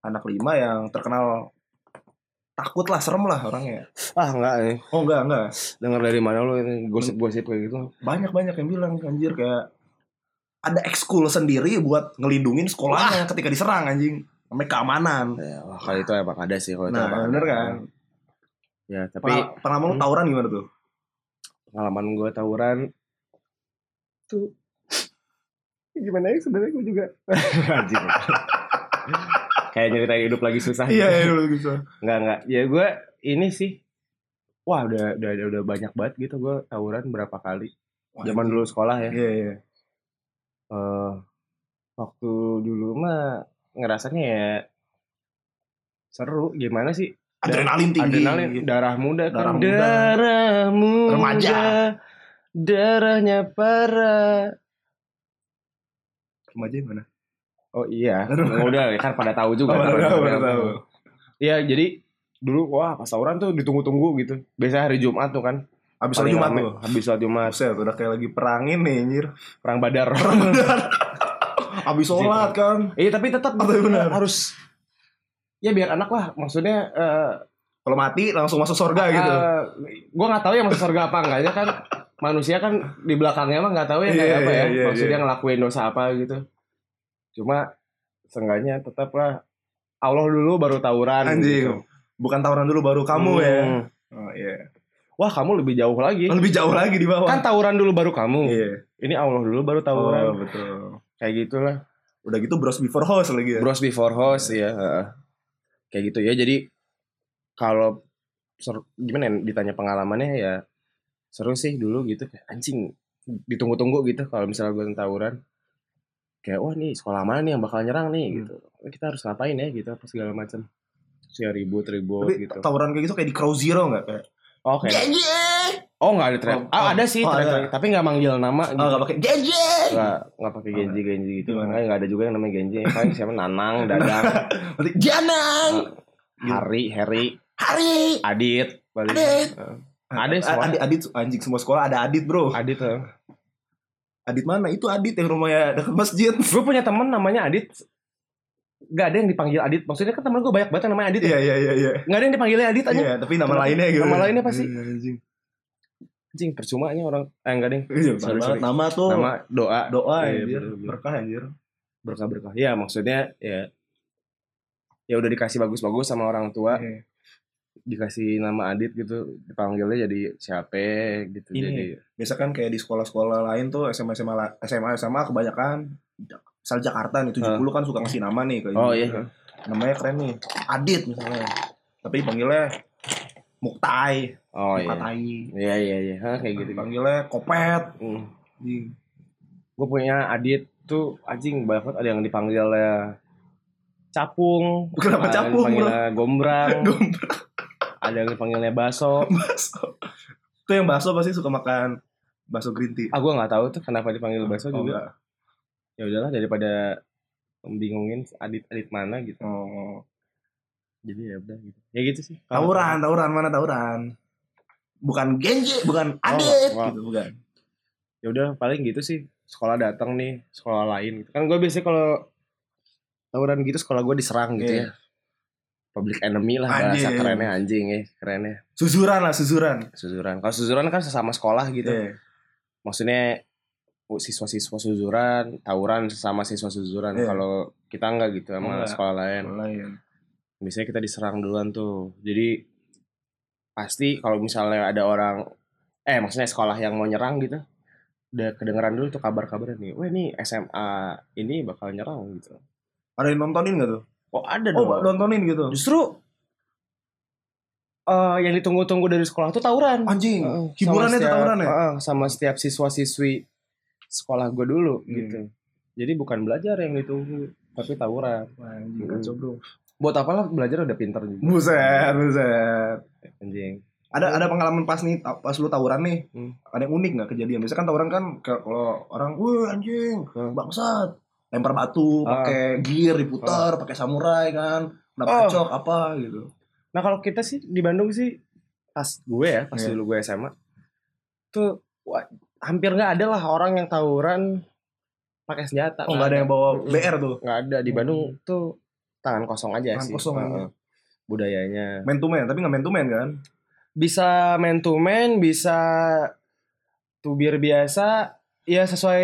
Speaker 1: anak lima yang terkenal takut lah serem lah orangnya
Speaker 2: ah nggak nih
Speaker 1: oh enggak enggak
Speaker 2: dengar dari mana lo ini gosip-gosip kayak gitu
Speaker 1: banyak banyak yang bilang anjir kayak ada ekskul sendiri buat ngelindungin sekolahnya ketika diserang anjing sampai keamanan
Speaker 2: ya, wah, kalau itu emang ada sih kalau itu
Speaker 1: nah
Speaker 2: emang
Speaker 1: bener
Speaker 2: ada.
Speaker 1: kan
Speaker 2: ya tapi
Speaker 1: Pengalaman pengalaman lu
Speaker 2: Hmm.
Speaker 1: tawuran gimana tuh
Speaker 2: pengalaman gue tawuran tuh *laughs* gimana ya sebenarnya gue juga *laughs* anjing kayak nyeritain hidup lagi susah gitu.
Speaker 1: iya gitu
Speaker 2: Enggak enggak. Ya gue ini sih. Wah udah udah udah banyak banget gitu gue tawuran berapa kali. Zaman dulu sekolah ya.
Speaker 1: iya iya
Speaker 2: Eh, waktu dulu mah ngerasanya ya seru gimana sih?
Speaker 1: adrenalin tinggi Iya.
Speaker 2: Adrenalin darah muda
Speaker 1: Darah
Speaker 2: kan.
Speaker 1: muda.
Speaker 2: Darah muda.
Speaker 1: Remaja.
Speaker 2: Darahnya parah.
Speaker 1: remaja gimana
Speaker 2: Oh iya,
Speaker 1: Darah-
Speaker 2: udah kan pada tahu juga.
Speaker 1: Oh,
Speaker 2: darah
Speaker 1: udah,
Speaker 2: muda
Speaker 1: udah
Speaker 2: apa.
Speaker 1: tahu.
Speaker 2: Iya, jadi dulu wah pas tawuran tuh ditunggu-tunggu gitu. Biasa hari Jumat tuh kan.
Speaker 1: abis hari Jumat
Speaker 2: Paling
Speaker 1: tuh
Speaker 2: rame. Habis sholat Jumat.
Speaker 1: Buset, udah kayak lagi perangin nih anjir *laughs*
Speaker 2: perang badar.
Speaker 1: Abis sholat kan
Speaker 2: *laughs* Iya tapi tetap
Speaker 1: Tapi benar.
Speaker 2: harus ya biar anak lah maksudnya eh
Speaker 1: Kalau mati langsung masuk surga gitu
Speaker 2: eh, gua nggak tahu ya masuk surga apa enggaknya kan manusia kan di belakangnya mah nggak tahu ya kayak
Speaker 1: Iya,
Speaker 2: apa ya
Speaker 1: iya, iya,
Speaker 2: maksudnya
Speaker 1: iya.
Speaker 2: ngelakuin dosa apa gitu cuma seenggaknya tetap lah Allah dulu baru tawuran
Speaker 1: Anjing
Speaker 2: gitu.
Speaker 1: Bukan tawuran dulu baru kamu ya
Speaker 2: Hmm.
Speaker 1: Oh iya
Speaker 2: wah kamu lebih jauh lagi
Speaker 1: Lebih jauh lagi di bawah
Speaker 2: kan tawuran dulu baru kamu
Speaker 1: Iya
Speaker 2: ini Allah dulu baru
Speaker 1: Oh
Speaker 2: tawuran
Speaker 1: betul
Speaker 2: kayak gitulah
Speaker 1: Udah gitu bros before host lagi ya
Speaker 2: Bros before host ya. heeh. Kayak gitu ya. Jadi kalau ser- gimana ya, ditanya pengalamannya ya seru sih dulu gitu kayak anjing ditunggu-tunggu gitu kalau misalnya gue tawuran kayak wah nih sekolah mana nih yang bakal nyerang nih
Speaker 1: Hmm.
Speaker 2: gitu kita harus ngapain ya gitu apa segala macam sih ribut ribut
Speaker 1: Tapi
Speaker 2: gitu
Speaker 1: tawuran kayak gitu kayak di Crow Zero gak? Kayak
Speaker 2: oke
Speaker 1: Jajeng
Speaker 2: oh nggak ada track
Speaker 1: Oh,
Speaker 2: ah
Speaker 1: oh.
Speaker 2: ada sih
Speaker 1: Oh,
Speaker 2: track-
Speaker 1: ada.
Speaker 2: track. tapi nggak manggil nama
Speaker 1: Oh
Speaker 2: gitu.
Speaker 1: gak pake Jajeng
Speaker 2: nggak nggak pakai genji genji gitu
Speaker 1: Gimana?
Speaker 2: makanya nggak ada juga yang namanya genji paling siapa nanang
Speaker 1: *laughs*
Speaker 2: dadang
Speaker 1: Berarti Janang Iya.
Speaker 2: hari heri
Speaker 1: Hari
Speaker 2: Adit, paling.
Speaker 1: Adit.
Speaker 2: Heeh. Ada semua.
Speaker 1: Adit, Adit anjing semua sekolah ada Adit bro
Speaker 2: Adit. eh.
Speaker 1: Adit mana? Itu Adit yang rumahnya dekat masjid *laughs*
Speaker 2: Gue punya temen namanya Adit. Gak ada yang dipanggil Adit. Maksudnya kan temen gue banyak banget yang namanya Adit. ya.
Speaker 1: Iya iya iya iya
Speaker 2: Gak ada yang dipanggilnya Adit aja.
Speaker 1: Iya, tapi nama
Speaker 2: Nama-
Speaker 1: lainnya gitu.
Speaker 2: nama lainnya apa sih?
Speaker 1: Iya, Anjing.
Speaker 2: Anjing, percuma aja orang. Eh, gak ada yang.
Speaker 1: Iya,
Speaker 2: Sorry,
Speaker 1: banget.
Speaker 2: sorry.
Speaker 1: Nama tuh
Speaker 2: Nama doa.
Speaker 1: doa
Speaker 2: Iya,
Speaker 1: anjir,
Speaker 2: bener, bener.
Speaker 1: berkah anjir.
Speaker 2: Berkah-berkah. Ya, maksudnya ya. Ya udah dikasih bagus-bagus sama orang tua.
Speaker 1: Iya.
Speaker 2: Dikasih nama Adit gitu. Dipanggilnya jadi siapa gitu.
Speaker 1: Ini.
Speaker 2: Jadi
Speaker 1: Misalkan kan kayak di sekolah-sekolah lain tuh SMA SMA la- SMA SMA kebanyakan misal Jakarta nih 70 kan suka ngasih nama nih kayak
Speaker 2: Oh
Speaker 1: gitu.
Speaker 2: iya.
Speaker 1: Namanya keren nih. Adit misalnya. Tapi panggilnya Muktai,
Speaker 2: Oh iya.
Speaker 1: Mukatai.
Speaker 2: Iya iya iya. Hah, kayak gitu.
Speaker 1: Gitu panggilnya Kopet.
Speaker 2: Hmm. gue punya adit tuh anjing banyak banget ada yang dipanggil capung
Speaker 1: Kenapa
Speaker 2: ada yang
Speaker 1: capung, *laughs*
Speaker 2: dipanggilnya gombrang
Speaker 1: Gombas.
Speaker 2: ada yang dipanggilnya baso
Speaker 1: *laughs* Itu yang bakso pasti suka makan bakso green tea.
Speaker 2: ah gue nggak tahu tuh kenapa dipanggil baso
Speaker 1: Oh,
Speaker 2: juga
Speaker 1: enggak.
Speaker 2: ya udahlah daripada membingungin adit adit mana gitu
Speaker 1: Oh.
Speaker 2: jadi ya udah gitu ya gitu sih Kalau-
Speaker 1: Tauran, tauran mana tauran? Bukan Genji, bukan
Speaker 2: enggak,
Speaker 1: Adit
Speaker 2: enggak.
Speaker 1: gitu, bukan.
Speaker 2: ya udah paling gitu sih sekolah datang nih sekolah lain kan gue biasanya kalau tawuran gitu sekolah gue diserang gitu
Speaker 1: Iya.
Speaker 2: ya public enemy lah bahasa
Speaker 1: Anjing.
Speaker 2: kerennya anjing ya kerennya
Speaker 1: Suzuran lah, suzuran.
Speaker 2: suzuran kalau suzuran kan sesama sekolah gitu
Speaker 1: Iya.
Speaker 2: maksudnya oh, siswa-siswa suzuran tawuran sesama siswa suzuran
Speaker 1: Iya.
Speaker 2: kalau kita enggak gitu sama
Speaker 1: Enggak.
Speaker 2: sekolah lain
Speaker 1: Lain.
Speaker 2: biasanya kita diserang duluan tuh jadi pasti kalau misalnya ada orang eh maksudnya sekolah yang mau nyerang gitu udah kedengeran dulu tuh kabar-kabar nih wah nih SMA ini bakal nyerang gitu
Speaker 1: Ada yang nontonin gak tuh?
Speaker 2: oh ada
Speaker 1: Oh,
Speaker 2: dong Iya.
Speaker 1: nontonin gitu.
Speaker 2: justru eh yang ditunggu-tunggu dari sekolah tuh tawuran
Speaker 1: Anjing,
Speaker 2: Heeh,
Speaker 1: hiburannya
Speaker 2: sama
Speaker 1: tuh
Speaker 2: setiap-
Speaker 1: tawuran ya?
Speaker 2: heeh, sama setiap siswa-siswi sekolah gue dulu
Speaker 1: Hmm.
Speaker 2: gitu jadi bukan belajar yang ditunggu tapi tawuran
Speaker 1: Anjing,
Speaker 2: Mm.
Speaker 1: kacau bro.
Speaker 2: buat apalah belajar udah pinter juga
Speaker 1: Buset, buset.
Speaker 2: anjing
Speaker 1: Ada ada pengalaman pas nih ta- pas lu tawuran nih.
Speaker 2: Hmm.
Speaker 1: Ada yang unik nggak kejadian? Biasanya kan tawuran kan ke- kalau orang, "Wah, anjing,
Speaker 2: Hmm.
Speaker 1: bangsat." Lempar batu,
Speaker 2: Ah.
Speaker 1: pakai gear diputar, pakai samurai kan. Kena
Speaker 2: Oh.
Speaker 1: pacok apa gitu.
Speaker 2: Nah kalau kita sih di Bandung sih pas gue ya pas
Speaker 1: Iya.
Speaker 2: dulu gue SMA tuh wah, hampir nggak ada lah orang yang tawuran pakai senjata.
Speaker 1: Oh, nggak ada yang bawa
Speaker 2: Mm-mm.
Speaker 1: BR tuh.
Speaker 2: Nggak ada di
Speaker 1: Hmm.
Speaker 2: Bandung tuh tangan kosong aja
Speaker 1: Tangan
Speaker 2: sih.
Speaker 1: kosong ya? aja.
Speaker 2: Heeh. budayanya
Speaker 1: Man to man, tapi nggak man to man kan?
Speaker 2: bisa man to man bisa tubir biasa ya sesuai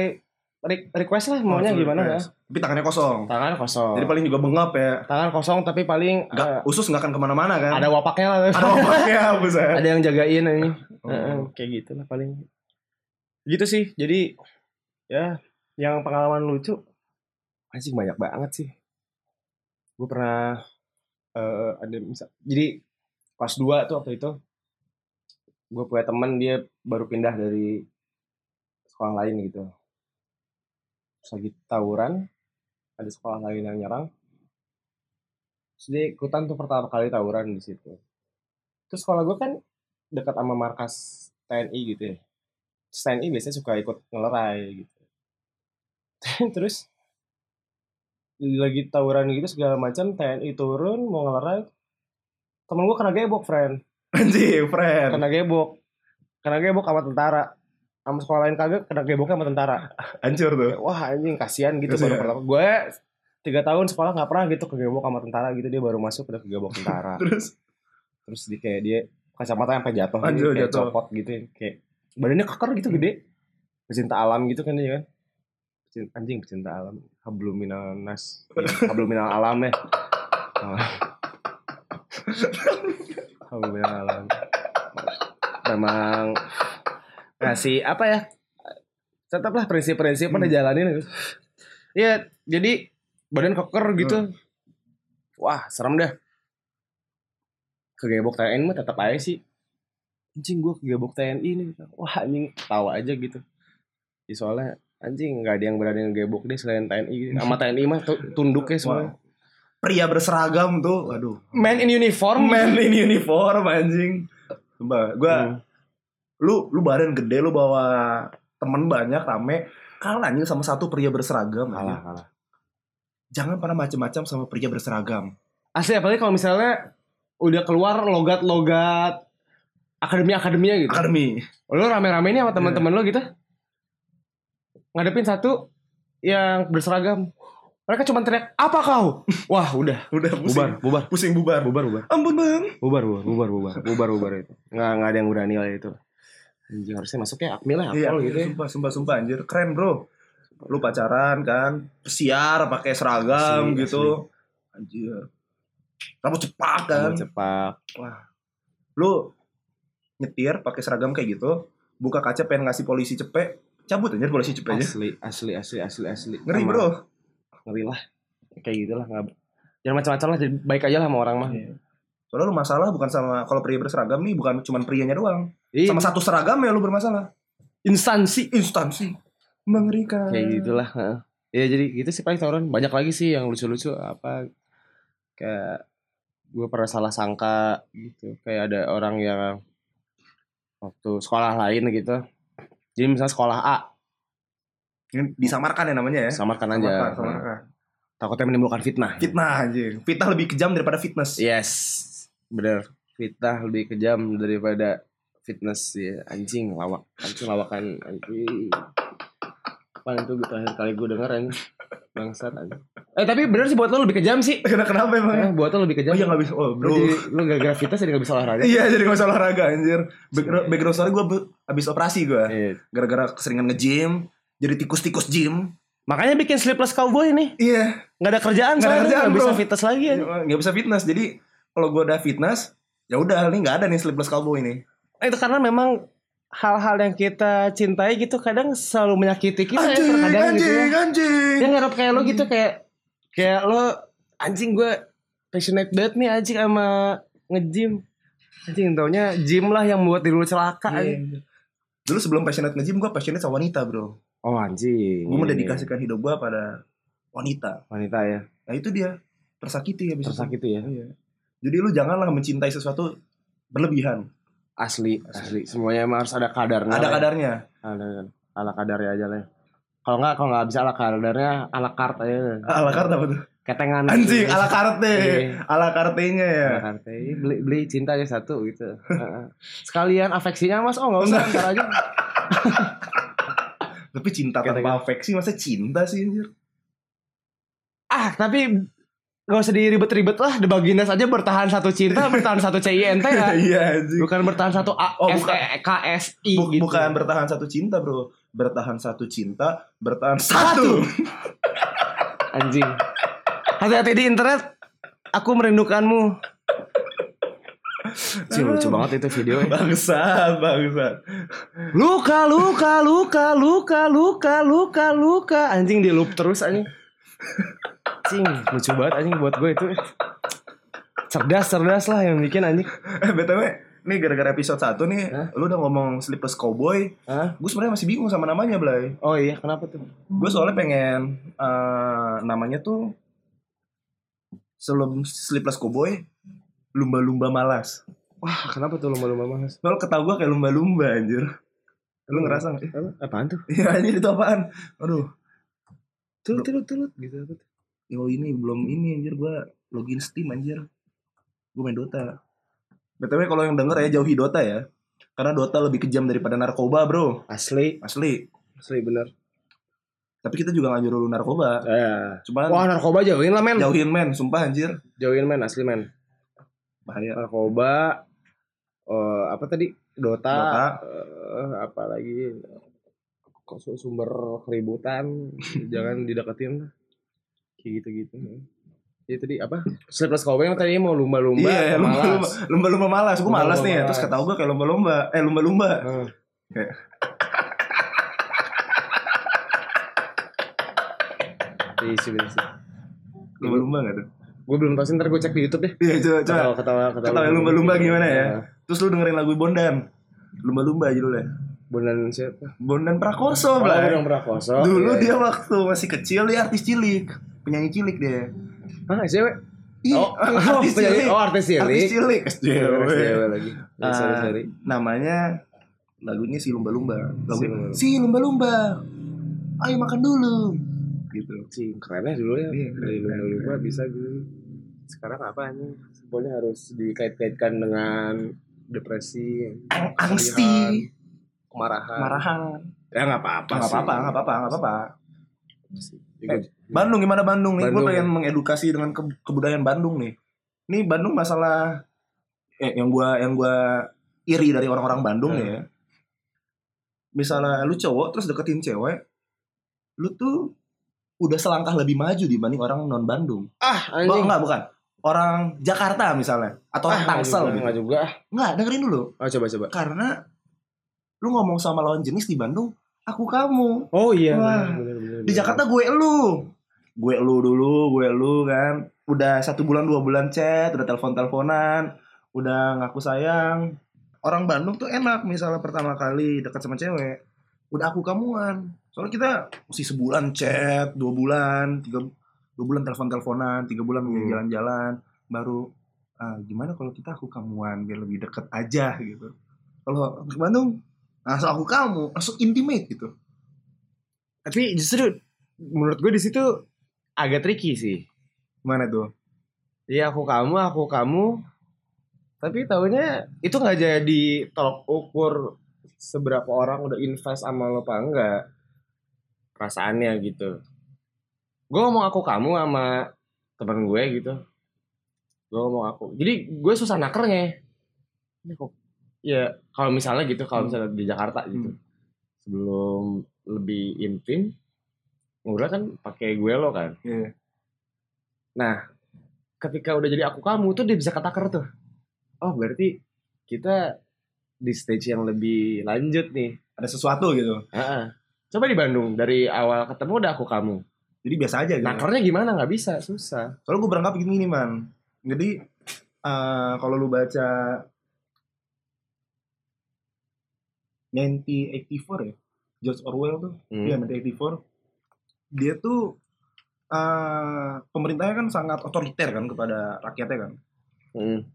Speaker 2: re- request lah
Speaker 1: Oh,
Speaker 2: maunya gimana ya Oh.
Speaker 1: yes. Tapi tangannya kosong.
Speaker 2: tangan kosong
Speaker 1: Jadi paling juga bengap ya.
Speaker 2: tangan kosong tapi paling
Speaker 1: Nggak,
Speaker 2: eh,
Speaker 1: usus nggak akan kemana-mana kan?
Speaker 2: ada wapaknya lah
Speaker 1: *laughs* Ada obatnya,
Speaker 2: *laughs*
Speaker 1: buset.
Speaker 2: ada yang jagain aja Heeh,
Speaker 1: Oh.
Speaker 2: kayak gitu lah paling. Gitu sih. Jadi ya yang pengalaman lucu anjing banyak banget sih. Gue pernah eh, ada misal jadi kelas 2 tuh waktu itu gue punya temen dia baru pindah dari sekolah lain gitu. Terus lagi tawuran ada sekolah lain yang nyerang. Terus dia ikutan tuh pertama kali tawuran di situ. Terus sekolah gue kan dekat sama markas TNI gitu ya. Terus TNI biasanya suka ikut ngelerai gitu. *laughs* Terus lagi tawuran gitu segala macam TNI turun mau ngelerai temen gue kena gebok friend
Speaker 1: Anjing, friend.
Speaker 2: kena gebok kena gebok sama tentara sama sekolah lain kagak kena geboknya sama tentara
Speaker 1: Hancur tuh.
Speaker 2: Kayak, wah anjing kasihan gitu
Speaker 1: Kasihan.
Speaker 2: baru pertama gue tiga tahun sekolah nggak pernah gitu kegebok sama tentara gitu dia baru masuk udah kegebok tentara
Speaker 1: Terus
Speaker 2: terus dia kayak dia kacamata sampai jatuh
Speaker 1: Anjir,
Speaker 2: gitu, kayak
Speaker 1: jatuh. Hmm.
Speaker 2: copot gitu ya. kayak badannya keker gitu gede pecinta alam gitu kan dia kan Pecinta- anjing pecinta alam habluminal nas Ya,
Speaker 1: *laughs*
Speaker 2: habluminal alam ya Ah. habluminal alam memang ngasih apa ya tetaplah prinsip-prinsipnya
Speaker 1: Hmm.
Speaker 2: dijalanin gitu. Iya, jadi badan keker gitu. Wah, serem dah. Kegebok TNI mah tetap aja sih. Anjing gue kegebok TNI nih. Wah, anjing tawa aja gitu. Ya, soalnya anjing nggak ada yang berani ngegebok dia selain TNI. gitu. Sama TNI mah tu- tunduk ya soalnya.
Speaker 1: pria berseragam tuh waduh
Speaker 2: Man in uniform.
Speaker 1: men in uniform anjing Sumpah, gua
Speaker 2: Hmm.
Speaker 1: lu lu badan gede lu bawa temen banyak rame kalah anjing sama satu pria berseragam anjing.
Speaker 2: Kalah, kalah.
Speaker 1: jangan pernah macam-macam sama pria berseragam
Speaker 2: Asli apalagi kalau misalnya udah keluar logat-logat akademia-akademia gitu.
Speaker 1: akademi
Speaker 2: lo rame-rame ini sama teman-teman lo gitu ngadepin satu yang berseragam mereka cuma teriak apa kau *laughs* wah udah
Speaker 1: udah pusing
Speaker 2: bubar bubar
Speaker 1: pusing bubar
Speaker 2: bubar bubar
Speaker 1: ampun bang
Speaker 2: bubar bubar bubar bubar bubar bubar itu nggak nggak ada yang berani lah itu anjing harusnya masuknya akmil lah
Speaker 1: iya
Speaker 2: akpol gitu ya.
Speaker 1: sumpah sumpah sumpah anjir keren bro lu pacaran kan siar pakai seragam
Speaker 2: Asli,
Speaker 1: gitu anjir rambut cepat kan
Speaker 2: Sama cepak
Speaker 1: lu nyetir pakai seragam kayak gitu buka kaca pengen ngasih polisi cepet cabut aja polisi cepetnya
Speaker 2: asli asli asli asli asli
Speaker 1: Iya. ngeri
Speaker 2: Sama-
Speaker 1: bro
Speaker 2: ngeri lah kayak gitulah nggak jangan macam-macam lah jadi baik aja lah sama orang mah
Speaker 1: soalnya lu masalah bukan sama kalau pria berseragam nih bukan cuman prianya doang
Speaker 2: Ih,
Speaker 1: sama satu seragam ya lu bermasalah
Speaker 2: instansi
Speaker 1: instansi mengerikan
Speaker 2: kayak gitulah heeh. ya jadi gitu sih paling tawuran banyak lagi sih yang lucu-lucu apa kayak gue pernah salah sangka gitu kayak ada orang yang waktu sekolah lain gitu jadi misalnya sekolah A
Speaker 1: Ini disamarkan ya namanya ya
Speaker 2: samarkan aja
Speaker 1: samarkan, samarkan.
Speaker 2: takutnya menimbulkan fitnah
Speaker 1: fitnah anjing fitnah lebih kejam daripada *laughs* fitness
Speaker 2: yes bener fitnah lebih kejam daripada fitness ya anjing lawak anjing lawakan anjing paling itu gue terakhir kali gue denger anjing bangsat anjing Eh tapi bener sih buat lo lebih kejam sih.
Speaker 1: Kenapa, kenapa emang?
Speaker 2: Eh, buat lo lebih
Speaker 1: Oh
Speaker 2: kejam.
Speaker 1: iya nggak bisa. Oh
Speaker 2: Lo
Speaker 1: bro.
Speaker 2: jadi lo gak gravitas jadi gak bisa olahraga.
Speaker 1: Iya jadi nggak usah olahraga anjir. Background, background story gue abis operasi gue.
Speaker 2: Iya.
Speaker 1: Gara-gara keseringan nge-gym. Jadi tikus-tikus gym.
Speaker 2: Makanya bikin sleepless cowboy nih.
Speaker 1: Iya.
Speaker 2: Gak ada kerjaan
Speaker 1: Nggak ada
Speaker 2: soalnya
Speaker 1: kerjaan,
Speaker 2: gak bisa
Speaker 1: bro.
Speaker 2: fitness lagi ya.
Speaker 1: Iya. Nggak bisa fitness. Jadi kalau gue udah fitness. ya udah ini nggak ada nih sleepless cowboy ini.
Speaker 2: Nah, itu karena memang hal-hal yang kita cintai gitu kadang selalu menyakiti kita ya,
Speaker 1: Anjing,
Speaker 2: terkadang gitu ya.
Speaker 1: anjing, anjing.
Speaker 2: Dia ngarep kayak lo gitu kayak kayak lo anjing gue passionate banget nih anjing sama nge-gym. Anjing taunya gym lah yang buat diri lo celaka.
Speaker 1: Iya. Iya,
Speaker 2: anjing.
Speaker 1: Dulu sebelum passionate nge-gym gue passionate sama wanita bro.
Speaker 2: Oh anjing.
Speaker 1: Gue
Speaker 2: Iya,
Speaker 1: mendedikasikan hidup gue pada wanita.
Speaker 2: iya. wanita ya.
Speaker 1: Nah itu dia tersakiti ya bisa.
Speaker 2: Tersakiti ya.
Speaker 1: Iya. Jadi lu janganlah mencintai sesuatu berlebihan.
Speaker 2: Asli, asli. Semuanya emang harus ada kadarnya.
Speaker 1: Ada
Speaker 2: lah ya.
Speaker 1: kadarnya.
Speaker 2: Ada ala kadarnya aja lah. ya. Kalau nggak kalau nggak bisa ala kadarnya ala kart aja.
Speaker 1: Ah, Ala carte apa tuh?
Speaker 2: Ketengan.
Speaker 1: Anjing, ala carte.
Speaker 2: Iya.
Speaker 1: Ala carte-nya ya.
Speaker 2: Jakarta ini beli beli cinta aja satu gitu. Heeh. Sekalian afeksinya mas, oh nggak usah ntar aja.
Speaker 1: Tapi cinta
Speaker 2: Kata-
Speaker 1: tanpa afeksi masa cinta sih anjir.
Speaker 2: Ah tapi nggak usah diribet-ribet lah. The Bagines aja bertahan satu cinta, bertahan satu CINT ya.
Speaker 1: *laughs* Iya anjing.
Speaker 2: Bukan bertahan satu A,
Speaker 1: Oh,
Speaker 2: F,
Speaker 1: bukan.
Speaker 2: E, K, S, I
Speaker 1: Bu-
Speaker 2: gitu.
Speaker 1: Bukan bertahan satu cinta, Bro. Bertahan satu cinta, bertahan satu.
Speaker 2: Anjing. Hati-hati di internet. Aku merindukanmu. Cih, lucu banget itu video.
Speaker 1: Bangsa, bangsa.
Speaker 2: Luka, luka, luka, luka, luka, luka, luka. Anjing di loop terus anjing. Anjing, lucu banget anjing buat gue itu. Cerdas, cerdas lah yang bikin anjing.
Speaker 1: Eh, BTW, nih gara-gara episode 1 nih,
Speaker 2: Hah?
Speaker 1: lu udah ngomong Sleepless Cowboy.
Speaker 2: Hah?
Speaker 1: Gue sebenarnya masih bingung sama namanya, Blay.
Speaker 2: Oh iya, kenapa tuh?
Speaker 1: Gue soalnya
Speaker 2: Hmm.
Speaker 1: pengen eh, namanya tuh sebelum Sleepless Cowboy, lumba-lumba malas.
Speaker 2: Wah, kenapa tuh lumba-lumba mas?
Speaker 1: Soalnya ketawa gue kayak lumba-lumba anjir. Lu ngerasa gak?
Speaker 2: Apa? Apaan tuh?
Speaker 1: Iya anjir itu apaan? Aduh,
Speaker 2: Tulut, tulut, tulut gitu. apa tuh?
Speaker 1: yo ini belum ini anjir gua login Steam anjir. Gua main Dota. BTW kalau yang denger ya jauhi Dota ya. Karena Dota lebih kejam daripada narkoba, Bro.
Speaker 2: Asli,
Speaker 1: Asli.
Speaker 2: asli bener.
Speaker 1: Tapi kita juga gak nyuruh lu narkoba.
Speaker 2: Eh.
Speaker 1: Cuman
Speaker 2: Wah, narkoba jauhin lah men.
Speaker 1: jauhin men, sumpah anjir.
Speaker 2: Jauhin men, asli men.
Speaker 1: Bahaya.
Speaker 2: Narkoba, eh, apa tadi? Dota,
Speaker 1: Dota.
Speaker 2: eh, apa lagi? Kok su- sumber
Speaker 1: *laughs*
Speaker 2: keributan, jangan dideketin lah. Kayak gitu-gitu. Jadi tadi
Speaker 1: *laughs*
Speaker 2: apa? Sleepless Cowboy yang tadi mau lumba-lumba,
Speaker 1: Iya, lumba-lumba,
Speaker 2: malas.
Speaker 1: lumba-lumba malas. Gue malas
Speaker 2: Lumba-lumba
Speaker 1: nih ya.
Speaker 2: malas.
Speaker 1: Terus ketawa gue kayak lumba-lumba. Eh, lumba-lumba.
Speaker 2: Heeh.
Speaker 1: Kayak-
Speaker 2: *laughs* Iya sih, bener sih.
Speaker 1: Lumba-lumba gak tuh?
Speaker 2: Gue belum tau sih, ntar gue cek di Youtube deh.
Speaker 1: Iya, coba, coba.
Speaker 2: Ketawa, ketawa, ketawa. Iya.
Speaker 1: Ketawa lumba-lumba gimana ya? Terus lu dengerin lagu Bondan. Lumba-lumba judulnya.
Speaker 2: Bondan siapa?
Speaker 1: Bondan Prakoso,
Speaker 2: Oh,
Speaker 1: Blay.
Speaker 2: Bondan Prakoso.
Speaker 1: Dulu
Speaker 2: Iya,
Speaker 1: dia waktu masih kecil dia artis cilik, penyanyi cilik dia.
Speaker 2: Hah, cewek?
Speaker 1: Ih, *laughs*
Speaker 2: Oh, *laughs* artis cilik. Oh, artis cilik. Iya,
Speaker 1: Artis cilik, SJW.
Speaker 2: Cewek, cewek lagi. Ya,
Speaker 1: Ah,
Speaker 2: sorry, sorry.
Speaker 1: Namanya lagunya si lumba-lumba.
Speaker 2: Si
Speaker 1: Lagu
Speaker 2: Lumba-Lumba.
Speaker 1: si lumba-lumba. Ayo makan dulu. Gitu.
Speaker 2: Cing, kerennya dulu ya.
Speaker 1: Iya,
Speaker 2: Dari
Speaker 1: keren,
Speaker 2: lumba-lumba bisa gitu. Sekarang apa nih? Semuanya harus dikait-kaitkan dengan depresi,
Speaker 1: Ang-
Speaker 2: kesedihan,
Speaker 1: Angsti,
Speaker 2: kemarahan.
Speaker 1: marahan.
Speaker 2: Ya nggak apa-apa.
Speaker 1: Gak
Speaker 2: sih. Iya
Speaker 1: apa-apa,
Speaker 2: kan?
Speaker 1: gak apa-apa, gak apa-apa.
Speaker 2: Juga-
Speaker 1: Bandung gimana Bandung nih? Gue
Speaker 2: Gitu. Bandung.
Speaker 1: pengen mengedukasi dengan ke- kebudayaan Bandung nih. Nih Bandung masalah eh, yang gua yang gua iri dari orang-orang Bandung
Speaker 2: Hmm.
Speaker 1: ya. Misalnya lu cowok terus deketin cewek, lu tuh udah selangkah lebih maju dibanding orang non Bandung.
Speaker 2: Ah,
Speaker 1: Enggak,
Speaker 2: anjing. Ah,
Speaker 1: enggak bukan. Orang Jakarta misalnya atau orang Tangsel
Speaker 2: enggak juga,
Speaker 1: gitu.
Speaker 2: enggak juga.
Speaker 1: Enggak, dengerin dulu.
Speaker 2: Oh, coba coba.
Speaker 1: Karena lu ngomong sama lawan jenis di Bandung, aku kamu.
Speaker 2: Oh iya.
Speaker 1: Wah,
Speaker 2: bener, bener,
Speaker 1: Di
Speaker 2: bener.
Speaker 1: Jakarta gue lu. Iya. Gue lu dulu, gue lu kan. Udah satu bulan dua bulan chat, udah telepon teleponan, udah ngaku sayang. Orang Bandung tuh enak misalnya pertama kali dekat sama cewek, udah aku kamuan. Soalnya kita mesti sebulan chat, dua bulan, tiga dua bulan telepon teleponan, tiga bulan mungkin
Speaker 2: Hmm.
Speaker 1: jalan-jalan, baru "Ah, gimana kalau kita aku kamuan biar lebih deket aja gitu. Kalau ke Bandung langsung aku kamu, langsung intimate gitu.
Speaker 2: Tapi justru menurut gue di situ agak tricky sih.
Speaker 1: Gimana tuh?
Speaker 2: Iya aku kamu, aku kamu. Tapi tahunya itu nggak jadi tolok ukur seberapa orang udah invest sama lo apa enggak. Perasaannya gitu. gue ngomong aku kamu sama temen gue gitu gue ngomong aku jadi gue susah nakernya Ini kok- ya kalau misalnya gitu
Speaker 1: Hmm.
Speaker 2: kalau misalnya di Jakarta gitu sebelum lebih intim ngobrol kan pakai gue lo kan
Speaker 1: Iya.
Speaker 2: nah ketika udah jadi aku kamu tuh dia bisa ketaker tuh oh berarti kita di stage yang lebih lanjut nih
Speaker 1: ada sesuatu gitu
Speaker 2: Heeh. coba di Bandung dari awal ketemu udah aku kamu
Speaker 1: jadi biasa aja gitu
Speaker 2: nakernya gimana nggak bisa susah
Speaker 1: soalnya gue berangkat begini nih man jadi eh, kalau lu baca 1984 ya George Orwell tuh
Speaker 2: Hmm.
Speaker 1: Iya, 1984. Dia tuh eh pemerintahnya kan sangat otoriter kan kepada rakyatnya kan.
Speaker 2: Hmm.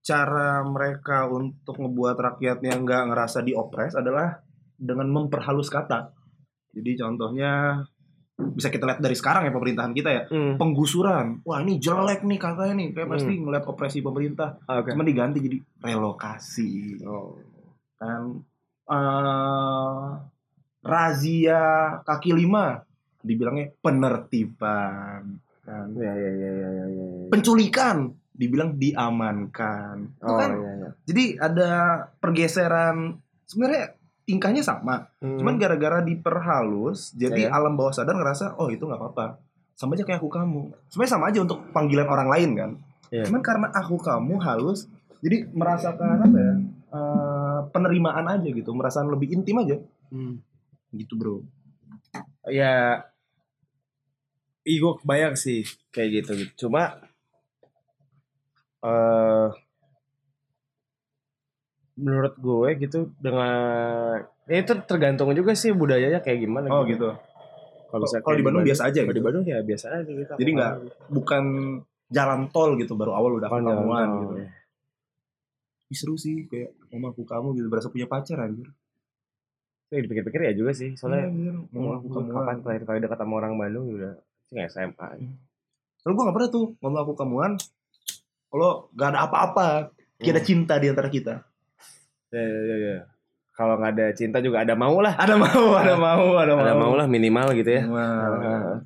Speaker 1: Cara mereka untuk ngebuat rakyatnya nggak ngerasa diopres adalah dengan memperhalus kata. Jadi contohnya bisa kita lihat dari sekarang ya pemerintahan kita ya
Speaker 2: Hmm.
Speaker 1: penggusuran. Wah ini jelek nih katanya nih, kayak pasti ngeliat opresi pemerintah.
Speaker 2: Oke.
Speaker 1: Cuman diganti jadi relokasi gitu
Speaker 2: Oh.
Speaker 1: kan eh razia kaki lima dibilangnya penertiban kan
Speaker 2: Ya ya ya ya ya. ya.
Speaker 1: penculikan dibilang diamankan Itu
Speaker 2: Oh
Speaker 1: kan
Speaker 2: ya ya.
Speaker 1: jadi ada pergeseran sebenarnya tingkahnya sama
Speaker 2: Hmm.
Speaker 1: cuman gara-gara diperhalus jadi
Speaker 2: Iya.
Speaker 1: alam bawah sadar ngerasa oh itu nggak apa-apa sama aja kayak aku kamu sebenarnya sama aja untuk panggilan orang lain kan
Speaker 2: Iya.
Speaker 1: cuman karena aku kamu halus jadi merasakan apa ya eh, penerimaan aja gitu merasakan lebih intim aja
Speaker 2: Hmm.
Speaker 1: gitu bro
Speaker 2: ya Ih, gua kebayang sih kayak gitu gitu. Cuma eh menurut gue gitu dengan ya itu tergantung juga sih budayanya kayak gimana
Speaker 1: oh gitu
Speaker 2: Kalau misalnya
Speaker 1: kalau di
Speaker 2: kayak
Speaker 1: Bandung biasa aja
Speaker 2: Kalau di
Speaker 1: gitu
Speaker 2: Bandung ya biasa aja gitu.
Speaker 1: Jadi nggak- bukan jalan tol gitu baru awal udah
Speaker 2: Bukan Oh, jalan
Speaker 1: ketemuan
Speaker 2: tol. iya.
Speaker 1: gitu Ih, seru sih kayak sama aku kamu gitu berasa punya pacar anjir Iya,
Speaker 2: Tapi dipikir-pikir ya juga sih. Soalnya
Speaker 1: anjir mau
Speaker 2: mau
Speaker 1: aku
Speaker 2: kamu kapan
Speaker 1: kamuan
Speaker 2: terakhir kali dekat sama orang Bandung udah sih SMA.
Speaker 1: Soalnya gue gak pernah tuh ngomong aku kamuan kalau gak ada apa-apa Gak ada cinta di antara kita
Speaker 2: Ya, ya, ya, ya. Kalau nggak ada cinta juga ada mau lah.
Speaker 1: Ada mau, ada mau, ada mau
Speaker 2: Ada mau lah minimal gitu ya.
Speaker 1: Wah,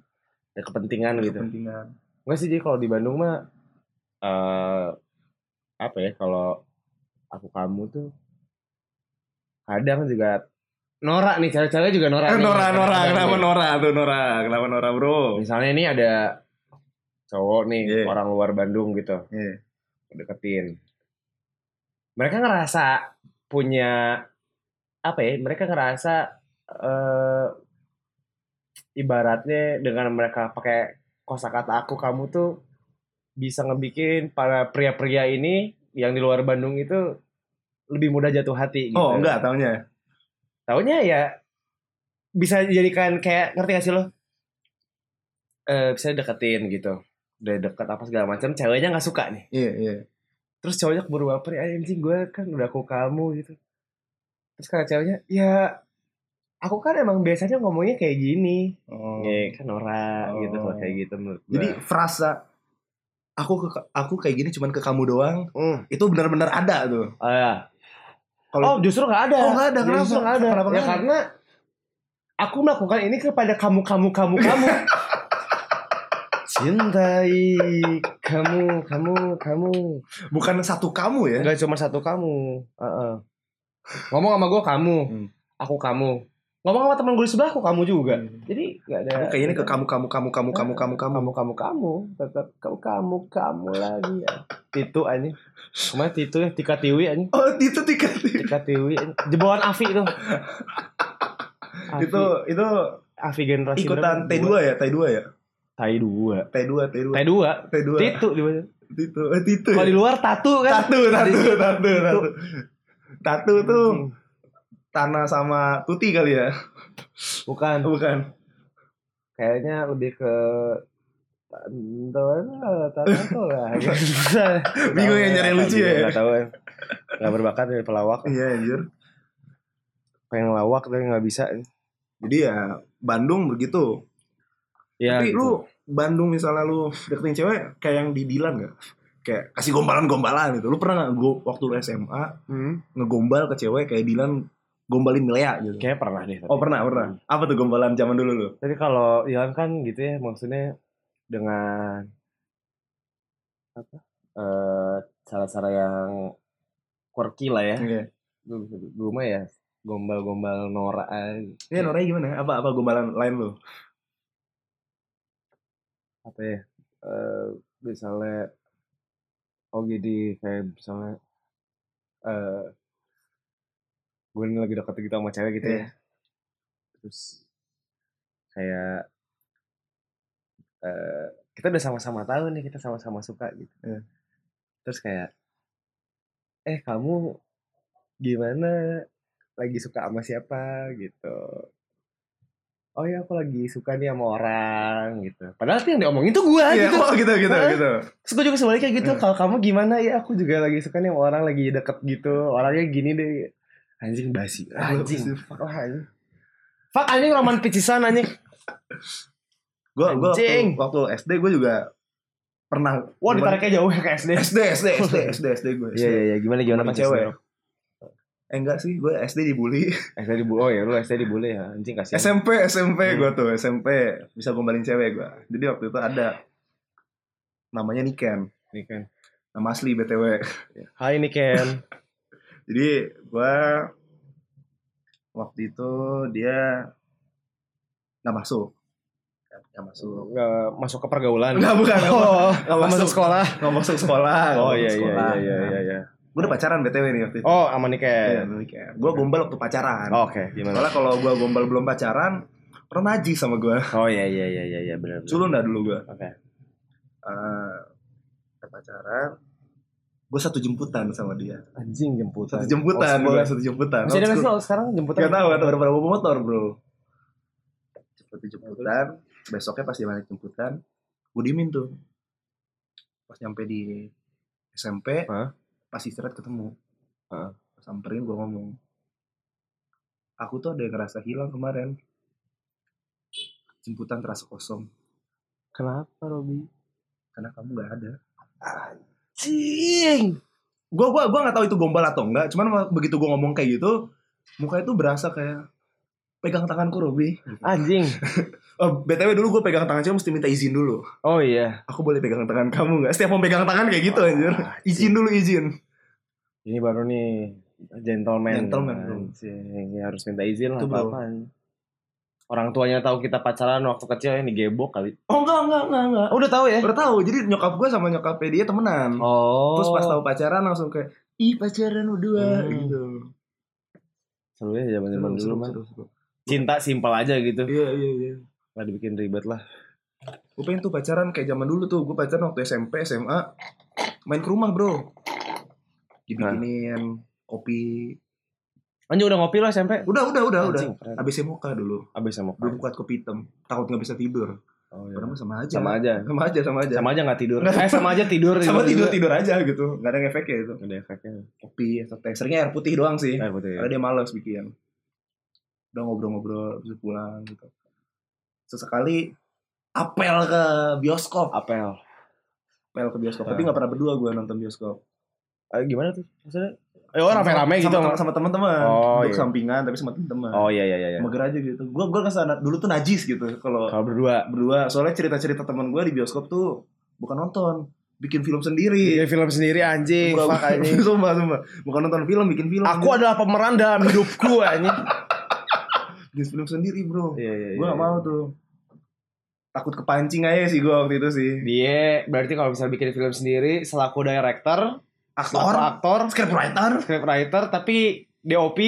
Speaker 2: Ada kepentingan gitu.
Speaker 1: kepentingan
Speaker 2: Enggak sih, jadi kalau di Bandung mah eh apa ya kalau aku kamu tuh kadang juga Nora nih, cewek-cewek juga Nora.
Speaker 1: Eh,
Speaker 2: nih.
Speaker 1: Nora, Nora,
Speaker 2: Kadang-kadang
Speaker 1: kenapa
Speaker 2: nih.
Speaker 1: Nora tuh Nora Kenapa Nora bro?
Speaker 2: Misalnya ini ada cowok nih,
Speaker 1: Iya.
Speaker 2: orang luar Bandung gitu.
Speaker 1: Iya.
Speaker 2: deketin. Mereka ngerasa punya apa ya? Mereka ngerasa eh ibaratnya dengan mereka pakai kosakata aku kamu tuh bisa ngebikin para pria-pria ini yang di luar Bandung itu lebih mudah jatuh hati gitu.
Speaker 1: Oh enggak taunya
Speaker 2: Taunya ya bisa dijadikan kayak ngerti gak sih lo? Eh bisa deketin gitu. Udah deket apa segala macam, ceweknya nggak suka nih
Speaker 1: Iya, iya
Speaker 2: terus cowoknya keburu baper ya anjing gue kan udah aku kamu gitu terus kata ceweknya ya aku kan emang biasanya ngomongnya kayak gini
Speaker 1: Oh.
Speaker 2: ya kan ora
Speaker 1: Oh.
Speaker 2: gitu kalau kayak gitu menurut gue
Speaker 1: Jadi frasa aku ke, aku kayak gini cuman ke kamu doang
Speaker 2: Mm.
Speaker 1: itu benar-benar ada tuh.
Speaker 2: Oh, ya.
Speaker 1: Kalau-
Speaker 2: oh justru nggak ada
Speaker 1: Oh, nggak ada. Kenapa?
Speaker 2: justru nggak ada
Speaker 1: Kenapa
Speaker 2: ya
Speaker 1: nggak ada?
Speaker 2: karena aku melakukan ini kepada kamu kamu kamu kamu *laughs* cintai kamu kamu kamu
Speaker 1: Bukan satu kamu ya.
Speaker 2: Enggak cuma satu kamu. Heeh. Ngomong sama gue kamu,
Speaker 1: Hmm.
Speaker 2: aku kamu. Ngomong sama teman gue di sebelah aku kamu juga. Jadi nggak ada.
Speaker 1: Hmm. Aku kayak gini ke kamu kamu kamu kamu kamu kamu kamu.
Speaker 2: kamu kamu kamu tetap kamu kamu kamu lagi. Ya. Titu anjing. Kemarin Titu ya Tika Tiwi anjing.
Speaker 1: Oh, itu tiga tiga.
Speaker 2: Tika Tiwi anjing. Jebolan Avi
Speaker 1: *laughs*
Speaker 2: itu. Avi,
Speaker 1: Itu itu
Speaker 2: Avi generasi
Speaker 1: ikutan T2 ya, T2 ya.
Speaker 2: Tai 2.
Speaker 1: T2, T2,
Speaker 2: Tai 2.
Speaker 1: T2.
Speaker 2: Titu di mana?
Speaker 1: Titu, eh, Titu.
Speaker 2: Kalau di luar tatu kan.
Speaker 1: Tatu, tatu, tatu, tatu. Tatu tuh
Speaker 2: Anjing.
Speaker 1: tanah sama tuti kali ya.
Speaker 2: Bukan.
Speaker 1: Bukan.
Speaker 2: kayaknya lebih ke Tantol, tantol
Speaker 1: *laughs*
Speaker 2: lah. Bingung
Speaker 1: ya, nyari yang lucu ya.
Speaker 2: Gak tahu ya. Gak berbakat dari pelawak.
Speaker 1: Iya, anjir.
Speaker 2: Pengen lawak tapi gak bisa.
Speaker 1: Jadi ya Bandung begitu.
Speaker 2: Ya,
Speaker 1: Tapi
Speaker 2: gitu.
Speaker 1: lu Bandung misalnya lu deketin cewek kayak yang di Dilan gak? Kayak kasih gombalan-gombalan gitu. Lu pernah gak gua- waktu lu SMA
Speaker 2: Hmm.
Speaker 1: ngegombal ke cewek kayak Dilan gombalin Milea gitu.
Speaker 2: Kayaknya pernah deh. tapi-
Speaker 1: Oh pernah pernah. Apa tuh gombalan zaman dulu lu?
Speaker 2: Tapi kalau Ilham kan gitu ya, maksudnya dengan apa? eh, cara-cara yang quirky lah ya.
Speaker 1: Iya.
Speaker 2: Gue mah ya gombal-gombal Nora aja.
Speaker 1: Iya Nora gimana? Apa apa gombalan lain lu?
Speaker 2: apa ya? Eh, misalnya oh jadi kayak misalnya eh gue ini lagi deket gitu sama cewek gitu
Speaker 1: Iya.
Speaker 2: ya. Terus kayak eh kita udah sama-sama tahu nih, kita sama-sama suka gitu.
Speaker 1: Iya.
Speaker 2: Terus kayak eh kamu gimana lagi suka sama siapa gitu. Oh ya aku lagi suka nih sama orang gitu. Padahal tuh yang diomongin tuh gue
Speaker 1: Iya,
Speaker 2: gitu.
Speaker 1: oh, gitu gitu
Speaker 2: Hah?
Speaker 1: gitu.
Speaker 2: Terus gue juga sebaliknya gitu.
Speaker 1: Hmm.
Speaker 2: Kalau kamu gimana ya aku juga lagi suka nih sama orang lagi deket gitu. Orangnya gini deh. Anjing basi. Anjing. Wah, anjing. Fuck anjing roman picisan anjing.
Speaker 1: Gue gue
Speaker 2: Anjing.
Speaker 1: waktu, waktu SD gue juga pernah.
Speaker 2: Wah ditariknya jauh ya ke SD.
Speaker 1: SD SD SD SD SD gue.
Speaker 2: Iya iya iya gimana gimana
Speaker 1: Sama
Speaker 2: pas
Speaker 1: cewek.
Speaker 2: cewek.
Speaker 1: Eh enggak sih, gue SD dibully.
Speaker 2: SD dibully. Oh ya lu SD dibully ya anjing kasihan.
Speaker 1: SMP SMP
Speaker 2: Hmm.
Speaker 1: gue tuh SMP bisa gombalin cewek gue. Jadi waktu itu ada namanya Niken,
Speaker 2: Ini kan.
Speaker 1: nama asli btw.
Speaker 2: Hai ini Ken.
Speaker 1: *laughs* Jadi gue waktu itu dia nggak masuk, nggak masuk.
Speaker 2: Nggak masuk ke pergaulan.
Speaker 1: Enggak bukan, nggak masuk.
Speaker 2: Oh,
Speaker 1: nggak
Speaker 2: nggak masuk
Speaker 1: masuk.
Speaker 2: sekolah.
Speaker 1: nggak masuk sekolah.
Speaker 2: Oh iya iya iya iya iya.
Speaker 1: Gue udah pacaran btw nih waktu itu.
Speaker 2: Oh sama Niken.
Speaker 1: Gue Iya, gombal waktu pacaran.
Speaker 2: Oh, Oke gimana?
Speaker 1: Soalnya kalau gue gombal belum pacaran, orang najis sama gue.
Speaker 2: Oh iya iya iya iya, iya benar. benar.
Speaker 1: Culun dah dulu gue.
Speaker 2: Oke.
Speaker 1: eh kita pacaran gue satu jemputan sama dia
Speaker 2: Anjing jemputan.
Speaker 1: satu jemputan
Speaker 2: Old
Speaker 1: gue
Speaker 2: school.
Speaker 1: satu jemputan
Speaker 2: Masih ada nggak sih
Speaker 1: Old school.
Speaker 2: kalau sekarang jemputan?
Speaker 1: Nggak tahu atau berapa bawa motor bro satu jemputan besoknya pas dia balik jemputan gue diemin tuh pas nyampe di SMP
Speaker 2: Hah?
Speaker 1: pas istirahat ketemu
Speaker 2: Hah?
Speaker 1: Pas samperin gue ngomong aku tuh ada yang ngerasa hilang kemarin jemputan terasa kosong
Speaker 2: Kenapa Robi?
Speaker 1: karena kamu nggak ada
Speaker 2: Cing.
Speaker 1: gua gua gua nggak tahu itu gombal atau enggak cuman ma- begitu gua ngomong kayak gitu muka itu berasa kayak pegang tanganku Robi
Speaker 2: Anjing.
Speaker 1: Eh, btw dulu gue pegang tangan cewek mesti minta izin dulu
Speaker 2: Oh iya.
Speaker 1: aku boleh pegang tangan kamu nggak setiap mau pegang tangan kayak gitu
Speaker 2: Ah,
Speaker 1: anjir *laughs* izin dulu izin
Speaker 2: Ini baru nih gentleman.
Speaker 1: Gentleman, bro.
Speaker 2: Anjing. Ya harus minta izin lah
Speaker 1: Itu, bro.
Speaker 2: apa Orang tuanya tahu kita pacaran waktu kecil ini gebok kali.
Speaker 1: oh enggak enggak enggak enggak
Speaker 2: Oh, udah tahu ya?
Speaker 1: udah tahu jadi nyokap gue sama nyokapnya dia temenan
Speaker 2: Oh.
Speaker 1: terus pas tahu pacaran langsung kayak ih pacaran berdua
Speaker 2: Hmm.
Speaker 1: gitu
Speaker 2: Seru ya
Speaker 1: Seru,
Speaker 2: zaman-zaman dulu
Speaker 1: seru,
Speaker 2: man.
Speaker 1: seru, seru.
Speaker 2: Cinta simpel aja gitu.
Speaker 1: iya iya iya
Speaker 2: Nggak dibikin ribet lah.
Speaker 1: gue pengen tuh pacaran kayak zaman dulu tuh gue pacaran waktu SMP SMA main ke rumah bro dibikinin kopi
Speaker 2: Anjing udah ngopi lo SMP?
Speaker 1: Udah, udah, udah,
Speaker 2: Anjing,
Speaker 1: udah.
Speaker 2: keren.
Speaker 1: Abis emoka dulu.
Speaker 2: Abis sama
Speaker 1: Belum kuat kopi hitam. Takut nggak bisa tidur.
Speaker 2: Oh, iya.
Speaker 1: Padahal mah sama aja.
Speaker 2: Sama aja.
Speaker 1: Sama aja, sama aja.
Speaker 2: Sama aja nggak tidur.
Speaker 1: Nggak.
Speaker 2: Eh sama aja tidur.
Speaker 1: Sama tidur, tidur aja gitu. Gak ada yang efeknya itu.
Speaker 2: juga. Ada efeknya.
Speaker 1: Kopi atau teh. Seringnya air putih doang sih.
Speaker 2: Eh betul ya.
Speaker 1: Karena dia males bikin. Udah ngobrol-ngobrol, terus pulang gitu. Sesekali apel ke bioskop.
Speaker 2: Apel.
Speaker 1: Apel ke bioskop.
Speaker 2: Ah.
Speaker 1: Tapi nggak pernah berdua gue nonton bioskop.
Speaker 2: Eh, gimana tuh? Maksudnya? Eh oh rame-rame
Speaker 1: Sama-
Speaker 2: gitu.
Speaker 1: Sama,
Speaker 2: sama-
Speaker 1: sama teman-teman.
Speaker 2: Oh,
Speaker 1: Duduk
Speaker 2: iya.
Speaker 1: sampingan, tapi sama teman-teman.
Speaker 2: Oh iya iya iya. iya.
Speaker 1: Mager aja gitu. Gue gue kesana dulu tuh najis gitu kalau
Speaker 2: Kalau berdua.
Speaker 1: berdua soalnya cerita-cerita teman gue di bioskop tuh bukan nonton bikin film sendiri
Speaker 2: Iya film sendiri anjing.
Speaker 1: Bukan-
Speaker 2: Fuck anjing.
Speaker 1: *laughs* sumpah sumpah bukan nonton film bikin film
Speaker 2: Aku adalah pemeran dalam hidupku anjing.
Speaker 1: bikin film sendiri bro
Speaker 2: Iya iya.
Speaker 1: gue gak mau tuh takut kepancing aja sih gue waktu itu sih
Speaker 2: Dia Iya, berarti kalau bisa bikin film sendiri selaku director, selaku
Speaker 1: aktor
Speaker 2: aktor,
Speaker 1: scriptwriter
Speaker 2: scriptwriter tapi DOP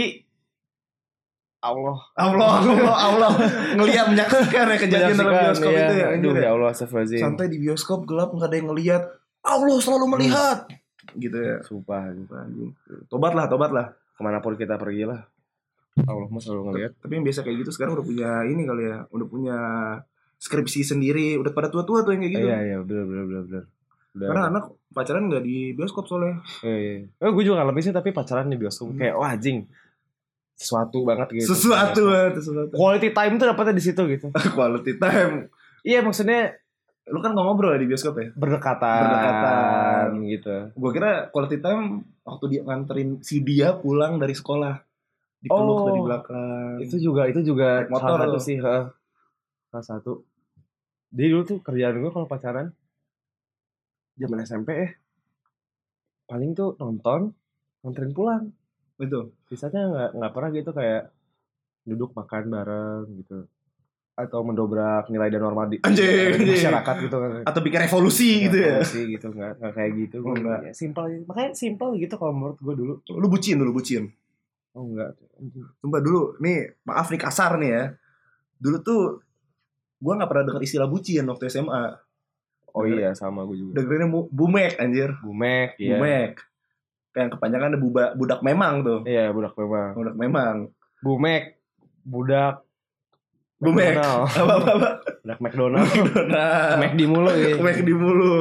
Speaker 2: Allah
Speaker 1: Allah *laughs* Allah Allah
Speaker 2: *laughs*
Speaker 1: ngelihat menyaksikan ya kejadian dalam
Speaker 2: Menyaksikan,
Speaker 1: bioskop
Speaker 2: iya.
Speaker 1: itu ya anjir
Speaker 2: Aduh
Speaker 1: ya.
Speaker 2: ya Allah astagfirullahaladzim
Speaker 1: santai di bioskop gelap nggak ada yang ngelihat Allah selalu
Speaker 2: Hmm.
Speaker 1: melihat gitu ya
Speaker 2: Sumpah anjing.
Speaker 1: Anjing. tobatlah tobatlah
Speaker 2: Kemanapun kita pergi lah Allah mah selalu ngeliat
Speaker 1: Tapi yang biasa kayak gitu sekarang udah punya ini kali ya, udah punya skripsi sendiri, udah pada tua-tua tuh yang kayak gitu.
Speaker 2: Iya iya bener bener bener bener Udah.
Speaker 1: Karena anak pacaran nggak di bioskop soalnya.
Speaker 2: Iya, iya. Eh, gue juga ngalamin sih tapi pacaran di bioskop
Speaker 1: Hmm.
Speaker 2: kayak wah anjing sesuatu banget gitu.
Speaker 1: Sesuatu, banget,
Speaker 2: *laughs*
Speaker 1: sesuatu.
Speaker 2: Quality time tuh dapetnya di situ gitu.
Speaker 1: Quality time.
Speaker 2: Iya maksudnya
Speaker 1: Lu kan nggak ngobrol ya di bioskop ya?
Speaker 2: berdekatan,
Speaker 1: Berdekatan.
Speaker 2: gitu.
Speaker 1: Gue kira quality time waktu dia nganterin si dia pulang dari sekolah. dipeluk
Speaker 2: Oh.
Speaker 1: dari belakang
Speaker 2: itu juga itu juga
Speaker 1: Naik motor
Speaker 2: salah satu
Speaker 1: tuh.
Speaker 2: sih heeh. salah satu jadi dulu tuh kerjaan gue kalau pacaran zaman SMP eh paling tuh nonton nontonin pulang
Speaker 1: itu
Speaker 2: sisanya nggak nggak pernah gitu kayak duduk makan bareng gitu atau mendobrak nilai dan norma di
Speaker 1: Anjing,
Speaker 2: di
Speaker 1: anjing.
Speaker 2: masyarakat gitu *laughs* kan
Speaker 1: atau bikin revolusi gitu ya
Speaker 2: sih gitu nggak nggak kayak gitu gue
Speaker 1: Nggak.
Speaker 2: nggak simpel makanya simpel gitu kalau menurut gue dulu
Speaker 1: lu bucin dulu bucin
Speaker 2: oh enggak
Speaker 1: Sumpah dulu nih maaf nih kasar nih ya. Dulu tuh gua nggak pernah dengar istilah bucin waktu SMA.
Speaker 2: oh iya sama gue juga
Speaker 1: Dengerinnya mu- bumek anjir.
Speaker 2: bumek ya
Speaker 1: Bumek. Kayak yang kepanjangan ada buba- budak memang tuh.
Speaker 2: iya budak memang
Speaker 1: Budak memang. *laughs*
Speaker 2: bumek budak
Speaker 1: Bumek.
Speaker 2: McDonald.
Speaker 1: Apa apa apa.
Speaker 2: budak *laughs* McDonald
Speaker 1: Nah,
Speaker 2: McD mulu ya
Speaker 1: Bumek di mulu.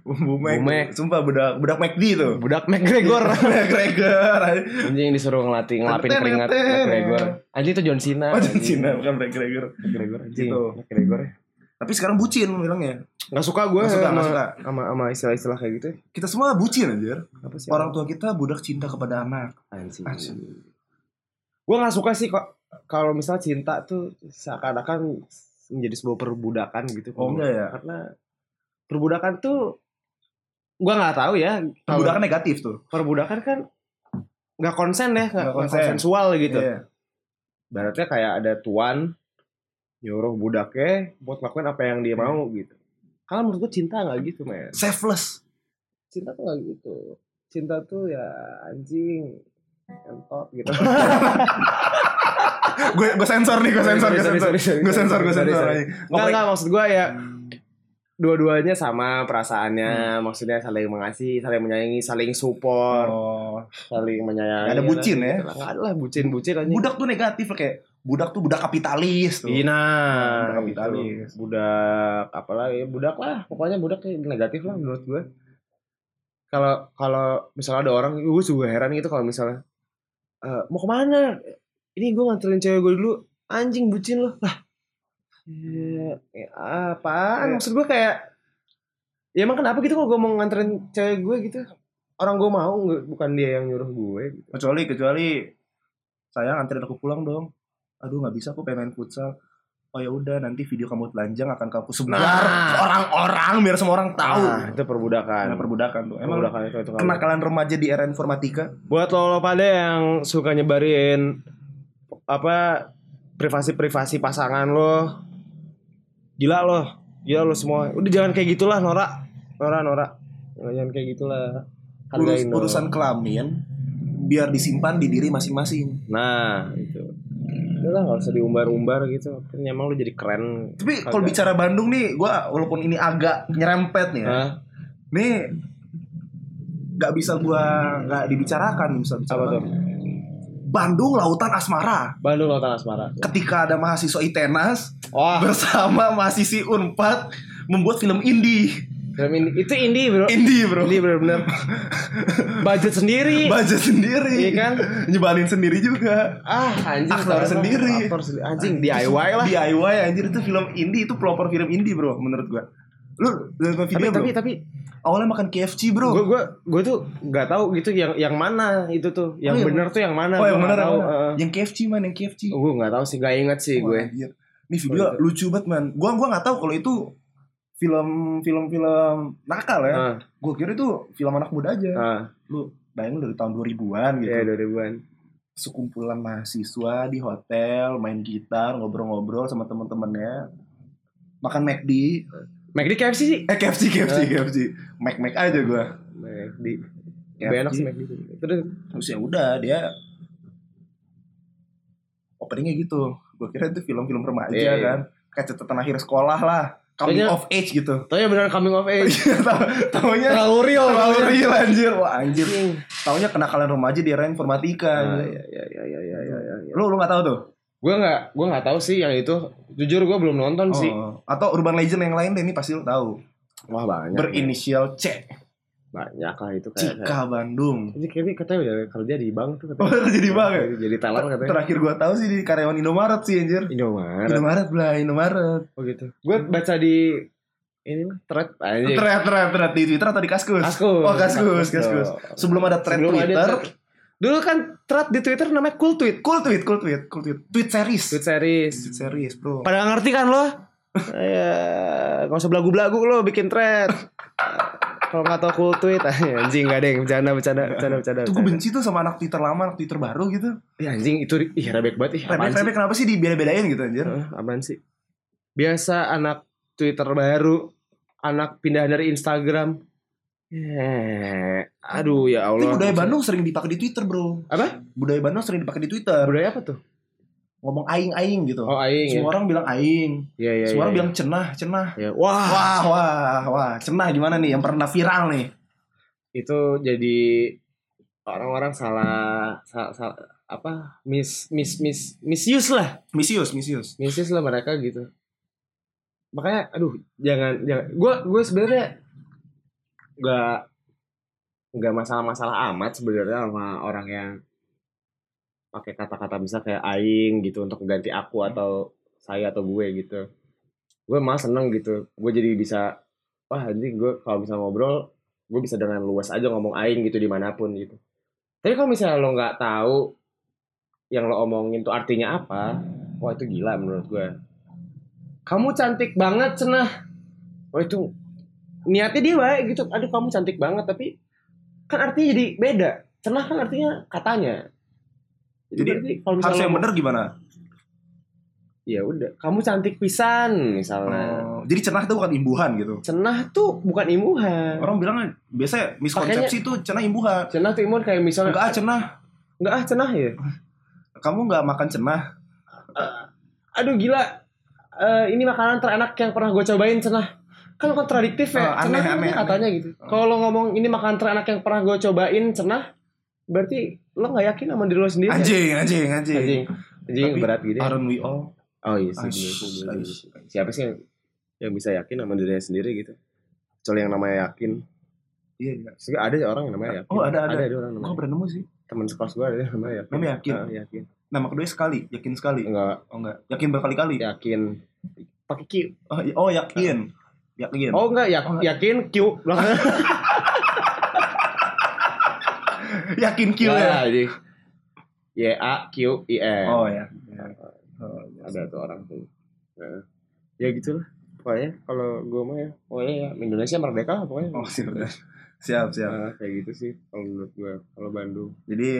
Speaker 1: Bumek.
Speaker 2: Bumek.
Speaker 1: Sumpah budak budak McD tuh.
Speaker 2: budak
Speaker 1: *laughs*
Speaker 2: McGregor
Speaker 1: McGregor.
Speaker 2: anjing disuruh ngelatih ngelapin
Speaker 1: Tenet,
Speaker 2: keringat
Speaker 1: tenet.
Speaker 2: McGregor anjing itu Oh, John Cena
Speaker 1: Macam
Speaker 2: anjing.
Speaker 1: Cina bukan McGregor.
Speaker 2: McGregor anjing
Speaker 1: Gitu.
Speaker 2: McGregor ya
Speaker 1: Tapi sekarang bucin bilangnya.
Speaker 2: nggak suka gue
Speaker 1: Nggak suka,
Speaker 2: sama,
Speaker 1: nggak suka.
Speaker 2: sama sama istilah-istilah kayak gitu ya.
Speaker 1: Kita semua bucin anjir.
Speaker 2: apa sih
Speaker 1: Orang tua kita budak cinta kepada anak.
Speaker 2: anjing,
Speaker 1: Anjing.
Speaker 2: gue nggak suka sih kok kalau misal cinta tuh seakan-akan menjadi sebuah perbudakan gitu
Speaker 1: Oh enggak ya.
Speaker 2: karena perbudakan tuh gue nggak tahu ya Kalau-
Speaker 1: Budakan negatif tuh.
Speaker 2: perbudakan kan nggak konsen ya nggak
Speaker 1: Nggak konsen.
Speaker 2: konsensual gitu
Speaker 1: Iya.
Speaker 2: Baratnya kayak ada tuan nyuruh budaknya buat ngelakuin apa yang
Speaker 1: Hmm.
Speaker 2: dia mau gitu. Kalau menurut gue cinta nggak gitu, men.
Speaker 1: Selfless.
Speaker 2: Cinta tuh nggak gitu. Cinta tuh ya anjing, entot
Speaker 1: *laughs*
Speaker 2: gitu.
Speaker 1: gue gue sensor nih gue sensor gue
Speaker 2: Sorry,
Speaker 1: sensor
Speaker 2: sorry, sorry,
Speaker 1: gue
Speaker 2: sorry,
Speaker 1: sensor gue
Speaker 2: sorry,
Speaker 1: sensor
Speaker 2: sorry. Nggak,
Speaker 1: Ngoprek.
Speaker 2: nggak, maksud gue ya
Speaker 1: Hmm.
Speaker 2: dua-duanya sama perasaannya. Maksudnya saling mengasihi, saling menyayangi, saling support,
Speaker 1: Hmm. oh
Speaker 2: saling menyayangi.
Speaker 1: Nggak ada bucin
Speaker 2: lah,
Speaker 1: ya?
Speaker 2: gitu lah. Nggak ada lah bucin-bucin anjing.
Speaker 1: budak tuh negatif kayak budak tuh budak kapitalis tuh
Speaker 2: Iya, nah,
Speaker 1: Budak
Speaker 2: gitu.
Speaker 1: kapitalis.
Speaker 2: budak apalagi ya budak lah, pokoknya budak kayak negatif lah menurut gue. Kalau kalau misalnya ada orang, gue juga heran gitu kalau misalnya "Eh, mau kemana? Ini gue nganterin cewek gue dulu, anjing bucin loh lah.
Speaker 1: Hmm.
Speaker 2: Ya, ya apaan?
Speaker 1: Ya.
Speaker 2: Maksud gue kayak, ya emang kenapa gitu kalau gue mau nganterin cewek gue gitu? Orang gue mau, nggak- bukan dia yang nyuruh gue. Gitu.
Speaker 1: kecuali kecuali sayang anterin aku pulang dong aduh nggak bisa aku pengen main futsal oh ya udah nanti video kamu telanjang akan aku sebar
Speaker 2: Nah.
Speaker 1: ke orang-orang biar semua orang tahu
Speaker 2: Ah, itu
Speaker 1: nah,
Speaker 2: perbudakan.
Speaker 1: perbudakan tuh emang
Speaker 2: perbudakan itu, itu kan.
Speaker 1: kenakalan remaja di era informatika
Speaker 2: buat lo, lo pada yang suka nyebarin apa privasi-privasi pasangan lo gila lo gila lo semua udah jangan kayak gitulah Nora Nora Nora jangan kayak gitulah
Speaker 1: urus,
Speaker 2: Hargain dong.
Speaker 1: urusan kelamin biar disimpan di diri masing-masing
Speaker 2: nah itu udahlah nggak usah diumbar-umbar gitu Akhirnya emang lo jadi keren
Speaker 1: tapi kalau
Speaker 2: Agak.
Speaker 1: bicara Bandung nih gua walaupun ini agak nyerempet nih ya,
Speaker 2: Hah?
Speaker 1: nih nggak bisa gua nggak dibicarakan bisa
Speaker 2: apa tuh
Speaker 1: bicara Bandung lautan asmara
Speaker 2: Bandung Lautan Asmara
Speaker 1: ketika ada mahasiswa ITENAS
Speaker 2: oh
Speaker 1: bersama mahasiswi Unpad membuat film indie
Speaker 2: film ini itu indie bro
Speaker 1: indie bro
Speaker 2: indie bener-bener budget sendiri
Speaker 1: budget sendiri
Speaker 2: Iya kan?
Speaker 1: nyebalin sendiri juga
Speaker 2: ah anjing
Speaker 1: Aktor
Speaker 2: ternyata
Speaker 1: sendiri.
Speaker 2: aktor sendiri. anjing DIY lah
Speaker 1: DIY anjir itu film indie itu pelopor film indie bro menurut gua lu lu nonton
Speaker 2: tapi
Speaker 1: video bro
Speaker 2: tapi tapi
Speaker 1: awalnya makan KFC bro
Speaker 2: gue gue gue tuh nggak tahu gitu yang yang mana itu tuh yang
Speaker 1: Oh, yang-
Speaker 2: benar tuh yang mana
Speaker 1: oh yang
Speaker 2: bener
Speaker 1: bener yang bener. yang KFC man yang KFC
Speaker 2: gue Oh, nggak tahu sih gak inget sih
Speaker 1: Wah,
Speaker 2: eh. iya gue Oh, iya.
Speaker 1: anjir. Ini video lucu banget man. Gua gua nggak tahu kalau itu film film film nakal ya. Gitu.
Speaker 2: ah
Speaker 1: Gua kira itu film anak muda aja.
Speaker 2: ah
Speaker 1: Lu bayangin dari tahun 2000-an gitu.
Speaker 2: ya dua ribuan
Speaker 1: Sekumpulan mahasiswa di hotel, main gitar, ngobrol-ngobrol sama temen-temennya. Makan McD,
Speaker 2: McD KFC sih
Speaker 1: eh KFC, KFC,
Speaker 2: Ah.
Speaker 1: KFC. Mac Mac aja gua.
Speaker 2: McD
Speaker 1: Ya,
Speaker 2: lebih enak sih
Speaker 1: iya.
Speaker 2: McD terus
Speaker 1: Terus ya udah dia openingnya gitu. Gua kira itu film-film remaja
Speaker 2: Iya, iya.
Speaker 1: kan. Kayak catatan akhir sekolah lah. Coming
Speaker 2: Kayaknya-
Speaker 1: of age gitu. *laughs*
Speaker 2: tau ya benar coming of age
Speaker 1: Tau- taunya
Speaker 2: terlalu
Speaker 1: *laughs*
Speaker 2: real
Speaker 1: terlalu
Speaker 2: taunya.
Speaker 1: real anjir wah anjir
Speaker 2: Anjing.
Speaker 1: taunya kenakalan remaja di era informatika
Speaker 2: Ah,
Speaker 1: anjir.
Speaker 2: ya ya ya ya ya ya, ya, ya.
Speaker 1: lu lu nggak tahu tuh
Speaker 2: gue nggak gue nggak tahu sih yang itu jujur gue belum nonton sih
Speaker 1: Oh. atau urban legend yang lain deh ini pasti lu tahu Oh,
Speaker 2: wah banyak
Speaker 1: berinisial C
Speaker 2: banyak lah itu kayak kayak-
Speaker 1: ya. Cika Bandung
Speaker 2: ini kayaknya katanya udah kerja di bank tuh
Speaker 1: Oh,
Speaker 2: katanya
Speaker 1: jadi banget
Speaker 2: jadi teller katanya
Speaker 1: terakhir gua tahu sih di karyawan Indomaret sih anjir
Speaker 2: Indomaret
Speaker 1: Indomaret lah Indomaret
Speaker 2: Oh gitu. Gue baca di ini mah thread aja.
Speaker 1: thread thread thread di Twitter atau di Kaskus
Speaker 2: Iya. Kaskus.
Speaker 1: oh Kaskus
Speaker 2: Kaskus.
Speaker 1: Kaskus sebelum ada thread
Speaker 2: Sebelum ada
Speaker 1: Twitter
Speaker 2: thread. Dulu kan thread di Twitter namanya cool tweet.
Speaker 1: Cool tweet, cool tweet, cool tweet. Tweet series.
Speaker 2: Tweet series.
Speaker 1: Tweet series, bro.
Speaker 2: Pada nggak ngerti kan lo? Ya, nggak usah belagu-belagu lo bikin thread. Kalau nggak tahu cool tweet, ah, anjing nggak ada yang bercanda, bercanda, bercanda, bercanda.
Speaker 1: Itu gue
Speaker 2: bercanda.
Speaker 1: benci tuh sama anak Twitter lama, anak Twitter baru gitu.
Speaker 2: Ya anjing itu, ih rebek banget, ih apaan sih?
Speaker 1: Rebek-rebek kenapa sih dibeda-bedain gitu anjir?
Speaker 2: Heeh, apaan sih? Biasa anak Twitter baru, anak pindahan dari Instagram. Eh, aduh ya
Speaker 1: Tapi
Speaker 2: Allah.
Speaker 1: budaya Bandung sering dipakai di Twitter, bro.
Speaker 2: Apa?
Speaker 1: Budaya Bandung sering dipakai di Twitter.
Speaker 2: Budaya apa tuh?
Speaker 1: Ngomong aing-aing gitu.
Speaker 2: Oh aing.
Speaker 1: Semua
Speaker 2: ya.
Speaker 1: orang bilang aing.
Speaker 2: Iya iya.
Speaker 1: Semua orang
Speaker 2: iya,
Speaker 1: bilang cenah, cenah.
Speaker 2: iya. Wah,
Speaker 1: Wah, wah, wah. Cenah gimana nih yang pernah viral nih?
Speaker 2: itu jadi orang-orang salah, salah, salah- apa mis mis mis misuse lah,
Speaker 1: Misius, misius.
Speaker 2: misuse lah mereka gitu. Makanya, aduh, jangan jangan. Gue gue sebenarnya nggak nggak masalah-masalah amat sebenarnya sama orang yang pakai kata-kata bisa kayak aing gitu untuk ganti aku atau saya atau gue gitu gue malah seneng gitu gue jadi bisa wah anjing gue kalau bisa ngobrol gue bisa dengan luas aja ngomong aing gitu dimanapun gitu tapi kalau misalnya lo nggak tahu yang lo omongin tuh artinya apa wah itu gila menurut gue kamu cantik banget cenah wah itu niatnya dia baik gitu aduh kamu cantik banget tapi kan artinya jadi beda cenah kan artinya katanya
Speaker 1: Jadi
Speaker 2: berarti kalau
Speaker 1: Harus
Speaker 2: lo
Speaker 1: yang
Speaker 2: ngomong-
Speaker 1: bener gimana?
Speaker 2: ya udah kamu cantik pisan misalnya
Speaker 1: Oh, jadi cenah itu bukan imbuhan gitu.
Speaker 2: cenah tuh bukan imbuhan
Speaker 1: Orang bilang biasanya miskonsepsi itu cenah imbuhan.
Speaker 2: cenah tuh imun kayak misalnya
Speaker 1: Enggak ah cenah.
Speaker 2: enggak ah cenah ya
Speaker 1: Kamu enggak makan cenah.
Speaker 2: aduh gila Eh, ini makanan terenak yang pernah gue cobain cenah kan kontradiktif ya
Speaker 1: Oh, aneh,
Speaker 2: cenah kan
Speaker 1: aneh, Oh. aneh.
Speaker 2: katanya gitu kalau lo ngomong ini makanan terenak yang pernah gue cobain cenah berarti lo nggak yakin sama diri lo sendiri ya?
Speaker 1: Anjing, anjing, Iya. anjing.
Speaker 2: anjing anjing
Speaker 1: Tapi
Speaker 2: berat gitu ya.
Speaker 1: Aren't we all?
Speaker 2: Oh iya sih,
Speaker 1: Ash,
Speaker 2: bener sih, bener
Speaker 1: ash,
Speaker 2: sih. Siapa sih yang, yang bisa yakin sama dirinya sendiri gitu? Kecuali yang namanya yakin.
Speaker 1: Iya, iya.
Speaker 2: Terus ada orang yang namanya yakin.
Speaker 1: Oh, ada, ada.
Speaker 2: orang namanya.
Speaker 1: Gue pernah nemu sih.
Speaker 2: Teman sekelas gue ada yang namanya yakin.
Speaker 1: Namanya Yakin?
Speaker 2: Ah, yakin.
Speaker 1: Nama kedua sekali, yakin sekali.
Speaker 2: Enggak
Speaker 1: Oh enggak, yakin berkali-kali.
Speaker 2: yakin. Pakai Q.
Speaker 1: Oh, y- oh, yakin. Yakin.
Speaker 2: Oh enggak, ya,
Speaker 1: Oh, enggak.
Speaker 2: yakin Q. Belakang
Speaker 1: yakin Q ya.
Speaker 2: jadi. Y A Q I N.
Speaker 1: Oh ya. ya. Oh, iya.
Speaker 2: Ada tuh orang tuh. Nah, ya gitu lah. Pokoknya kalau gue mah ya, pokoknya ya Indonesia merdeka lah pokoknya.
Speaker 1: Oh, siap. siap. Siap, siap.
Speaker 2: Nah, kayak gitu sih kalau menurut gue kalau Bandung.
Speaker 1: Jadi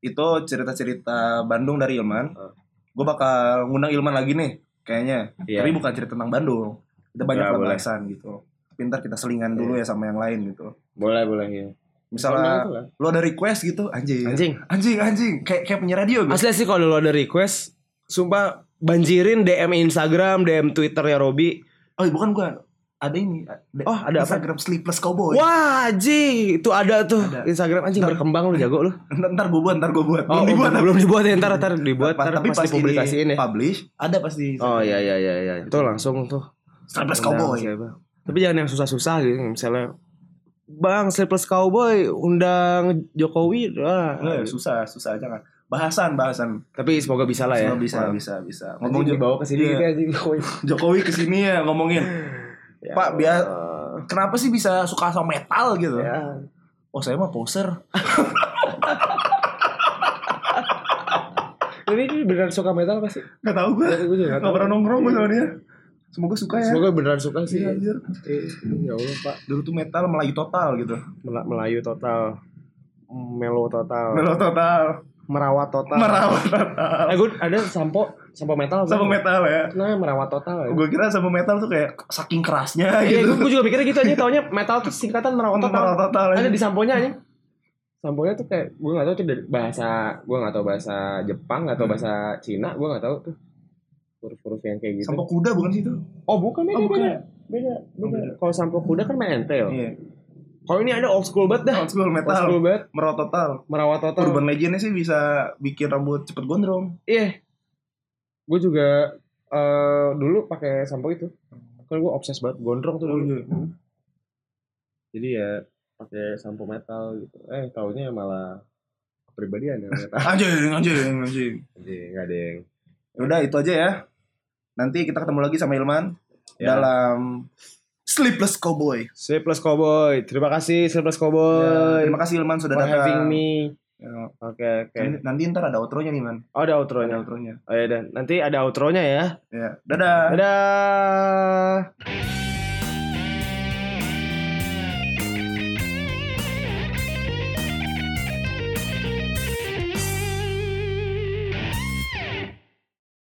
Speaker 1: itu cerita-cerita Bandung dari Ilman.
Speaker 2: Ah.
Speaker 1: Gue bakal ngundang Ilman lagi nih, kayaknya.
Speaker 2: Iya.
Speaker 1: Tapi bukan cerita tentang Bandung. Kita banyak
Speaker 2: Ya,
Speaker 1: lah
Speaker 2: boleh. Iya.
Speaker 1: bahasan gitu. Tapi ntar kita selingan dulu ya sama yang lain gitu.
Speaker 2: Boleh boleh ya.
Speaker 1: Misalnya
Speaker 2: Boleh lah.
Speaker 1: lo ada request gitu, anjing.
Speaker 2: Anjing.
Speaker 1: Anjing, anjing. Kayak kayak penyiar radio gitu.
Speaker 2: Asli sih kalau lo ada request, sumpah banjirin DM Instagram, DM Twitternya Robi.
Speaker 1: Oh, bukan gua. Ada ini. Ada,
Speaker 2: Oh, ada apa?
Speaker 1: Instagram Sleepless Cowboy.
Speaker 2: Wah, anjing, itu ada tuh
Speaker 1: Ada.
Speaker 2: Instagram anjing berkembang lu jago lu.
Speaker 1: *laughs* Ntar, ntar gue buat, ntar gue buat. Belum dibuat.
Speaker 2: Oh, belum dibuat ya, ntar ntar dibuat, ntar
Speaker 1: tapi
Speaker 2: pas
Speaker 1: pas
Speaker 2: dipublikasiin ya.
Speaker 1: Publish, ada pasti.
Speaker 2: Oh iya iya iya iya. Itu langsung tuh.
Speaker 1: Sleepless
Speaker 2: undang
Speaker 1: Cowboy.
Speaker 2: siapa. Tapi jangan yang susah-susah gitu misalnya Bang, Sleepless Cowboy undang Jokowi.
Speaker 1: Eh,
Speaker 2: Wah.
Speaker 1: susah, susah jangan. Bahasan, bahasan.
Speaker 2: Tapi semoga bisa lah ya.
Speaker 1: Semoga bisa,
Speaker 2: Wah.
Speaker 1: bisa, bisa.
Speaker 2: Ngomong
Speaker 1: Jo-
Speaker 2: dibawa ke sini
Speaker 1: Iya.
Speaker 2: gitu anjing *laughs* Jokowi.
Speaker 1: Jokowi kesini ya ngomongin.
Speaker 2: Ya
Speaker 1: Pak, biar kenapa sih bisa suka sama metal gitu?
Speaker 2: Ya.
Speaker 1: Oh saya mah poser.
Speaker 2: Jadi ini beneran suka metal pasti.
Speaker 1: Gak tau gue.
Speaker 2: Ya, gua juga nggak
Speaker 1: Gak pernah
Speaker 2: tahu.
Speaker 1: nongkrong gue sama dia. Semoga suka ya.
Speaker 2: Semoga beneran suka sih.
Speaker 1: Iya, anjir.
Speaker 2: Eh, Ya Allah Pak,
Speaker 1: Dulu tuh metal melayu total gitu.
Speaker 2: Mela- Melayu total, melo total,
Speaker 1: Melo total.
Speaker 2: merawat total.
Speaker 1: Merawat total.
Speaker 2: Eh, gue ada sampo, sampo metal.
Speaker 1: Sama metal ya.
Speaker 2: Nah, merawat total. Ya.
Speaker 1: Gue kira sama metal tuh kayak saking kerasnya
Speaker 2: Iya,
Speaker 1: gitu. *laughs*
Speaker 2: gue juga mikirnya gitu aja. Taunya metal tuh singkatan merawat total.
Speaker 1: Merawat total. ya. iya.
Speaker 2: Ada di samponya aja. Samponya tuh kayak gue nggak tahu tuh dari bahasa gue nggak tahu bahasa Jepang nggak tahu
Speaker 1: Hmm.
Speaker 2: bahasa Cina gue nggak tahu tuh huruf-huruf yang kayak gitu.
Speaker 1: Sampo kuda bukan sih itu?
Speaker 2: Oh bukan beda
Speaker 1: Oh, bukan. Oh,
Speaker 2: beda beda. beda. Kalau sampo kuda kan main entel.
Speaker 1: Iya.
Speaker 2: Kalau ini ada old school banget dah.
Speaker 1: Old school
Speaker 2: Old school
Speaker 1: metal.
Speaker 2: banget
Speaker 1: Merawat total.
Speaker 2: merawat total.
Speaker 1: Urban Legendnya sih bisa bikin rambut cepet gondrong.
Speaker 2: Iya. Gue juga eh, dulu pakai sampo itu. Kan gue obses banget gondrong tuh dulu. Oh, iya. Jadi ya pakai sampo metal gitu. Eh, taunya malah kepribadian yang *laughs* metal.
Speaker 1: Anjing, anjing, anjing.
Speaker 2: Jadi enggak ada yang
Speaker 1: Udah itu aja ya. Nanti kita ketemu lagi sama Ilman
Speaker 2: Ya.
Speaker 1: dalam Sleepless Cowboy. Ya,
Speaker 2: Sleepless Cowboy. Ya, Terima kasih Sleepless Cowboy.
Speaker 1: Terima kasih Ilman sudah
Speaker 2: for
Speaker 1: datang.
Speaker 2: having me.
Speaker 1: Ya,
Speaker 2: Oke oke.
Speaker 1: nanti- Nanti ntar ada outro-nya nih man.
Speaker 2: Oh ada
Speaker 1: Ada
Speaker 2: outro-nya.
Speaker 1: outro-nya.
Speaker 2: Oh ya dan nanti ada outro-nya ya.
Speaker 1: Ya, dadah.
Speaker 2: Dadah.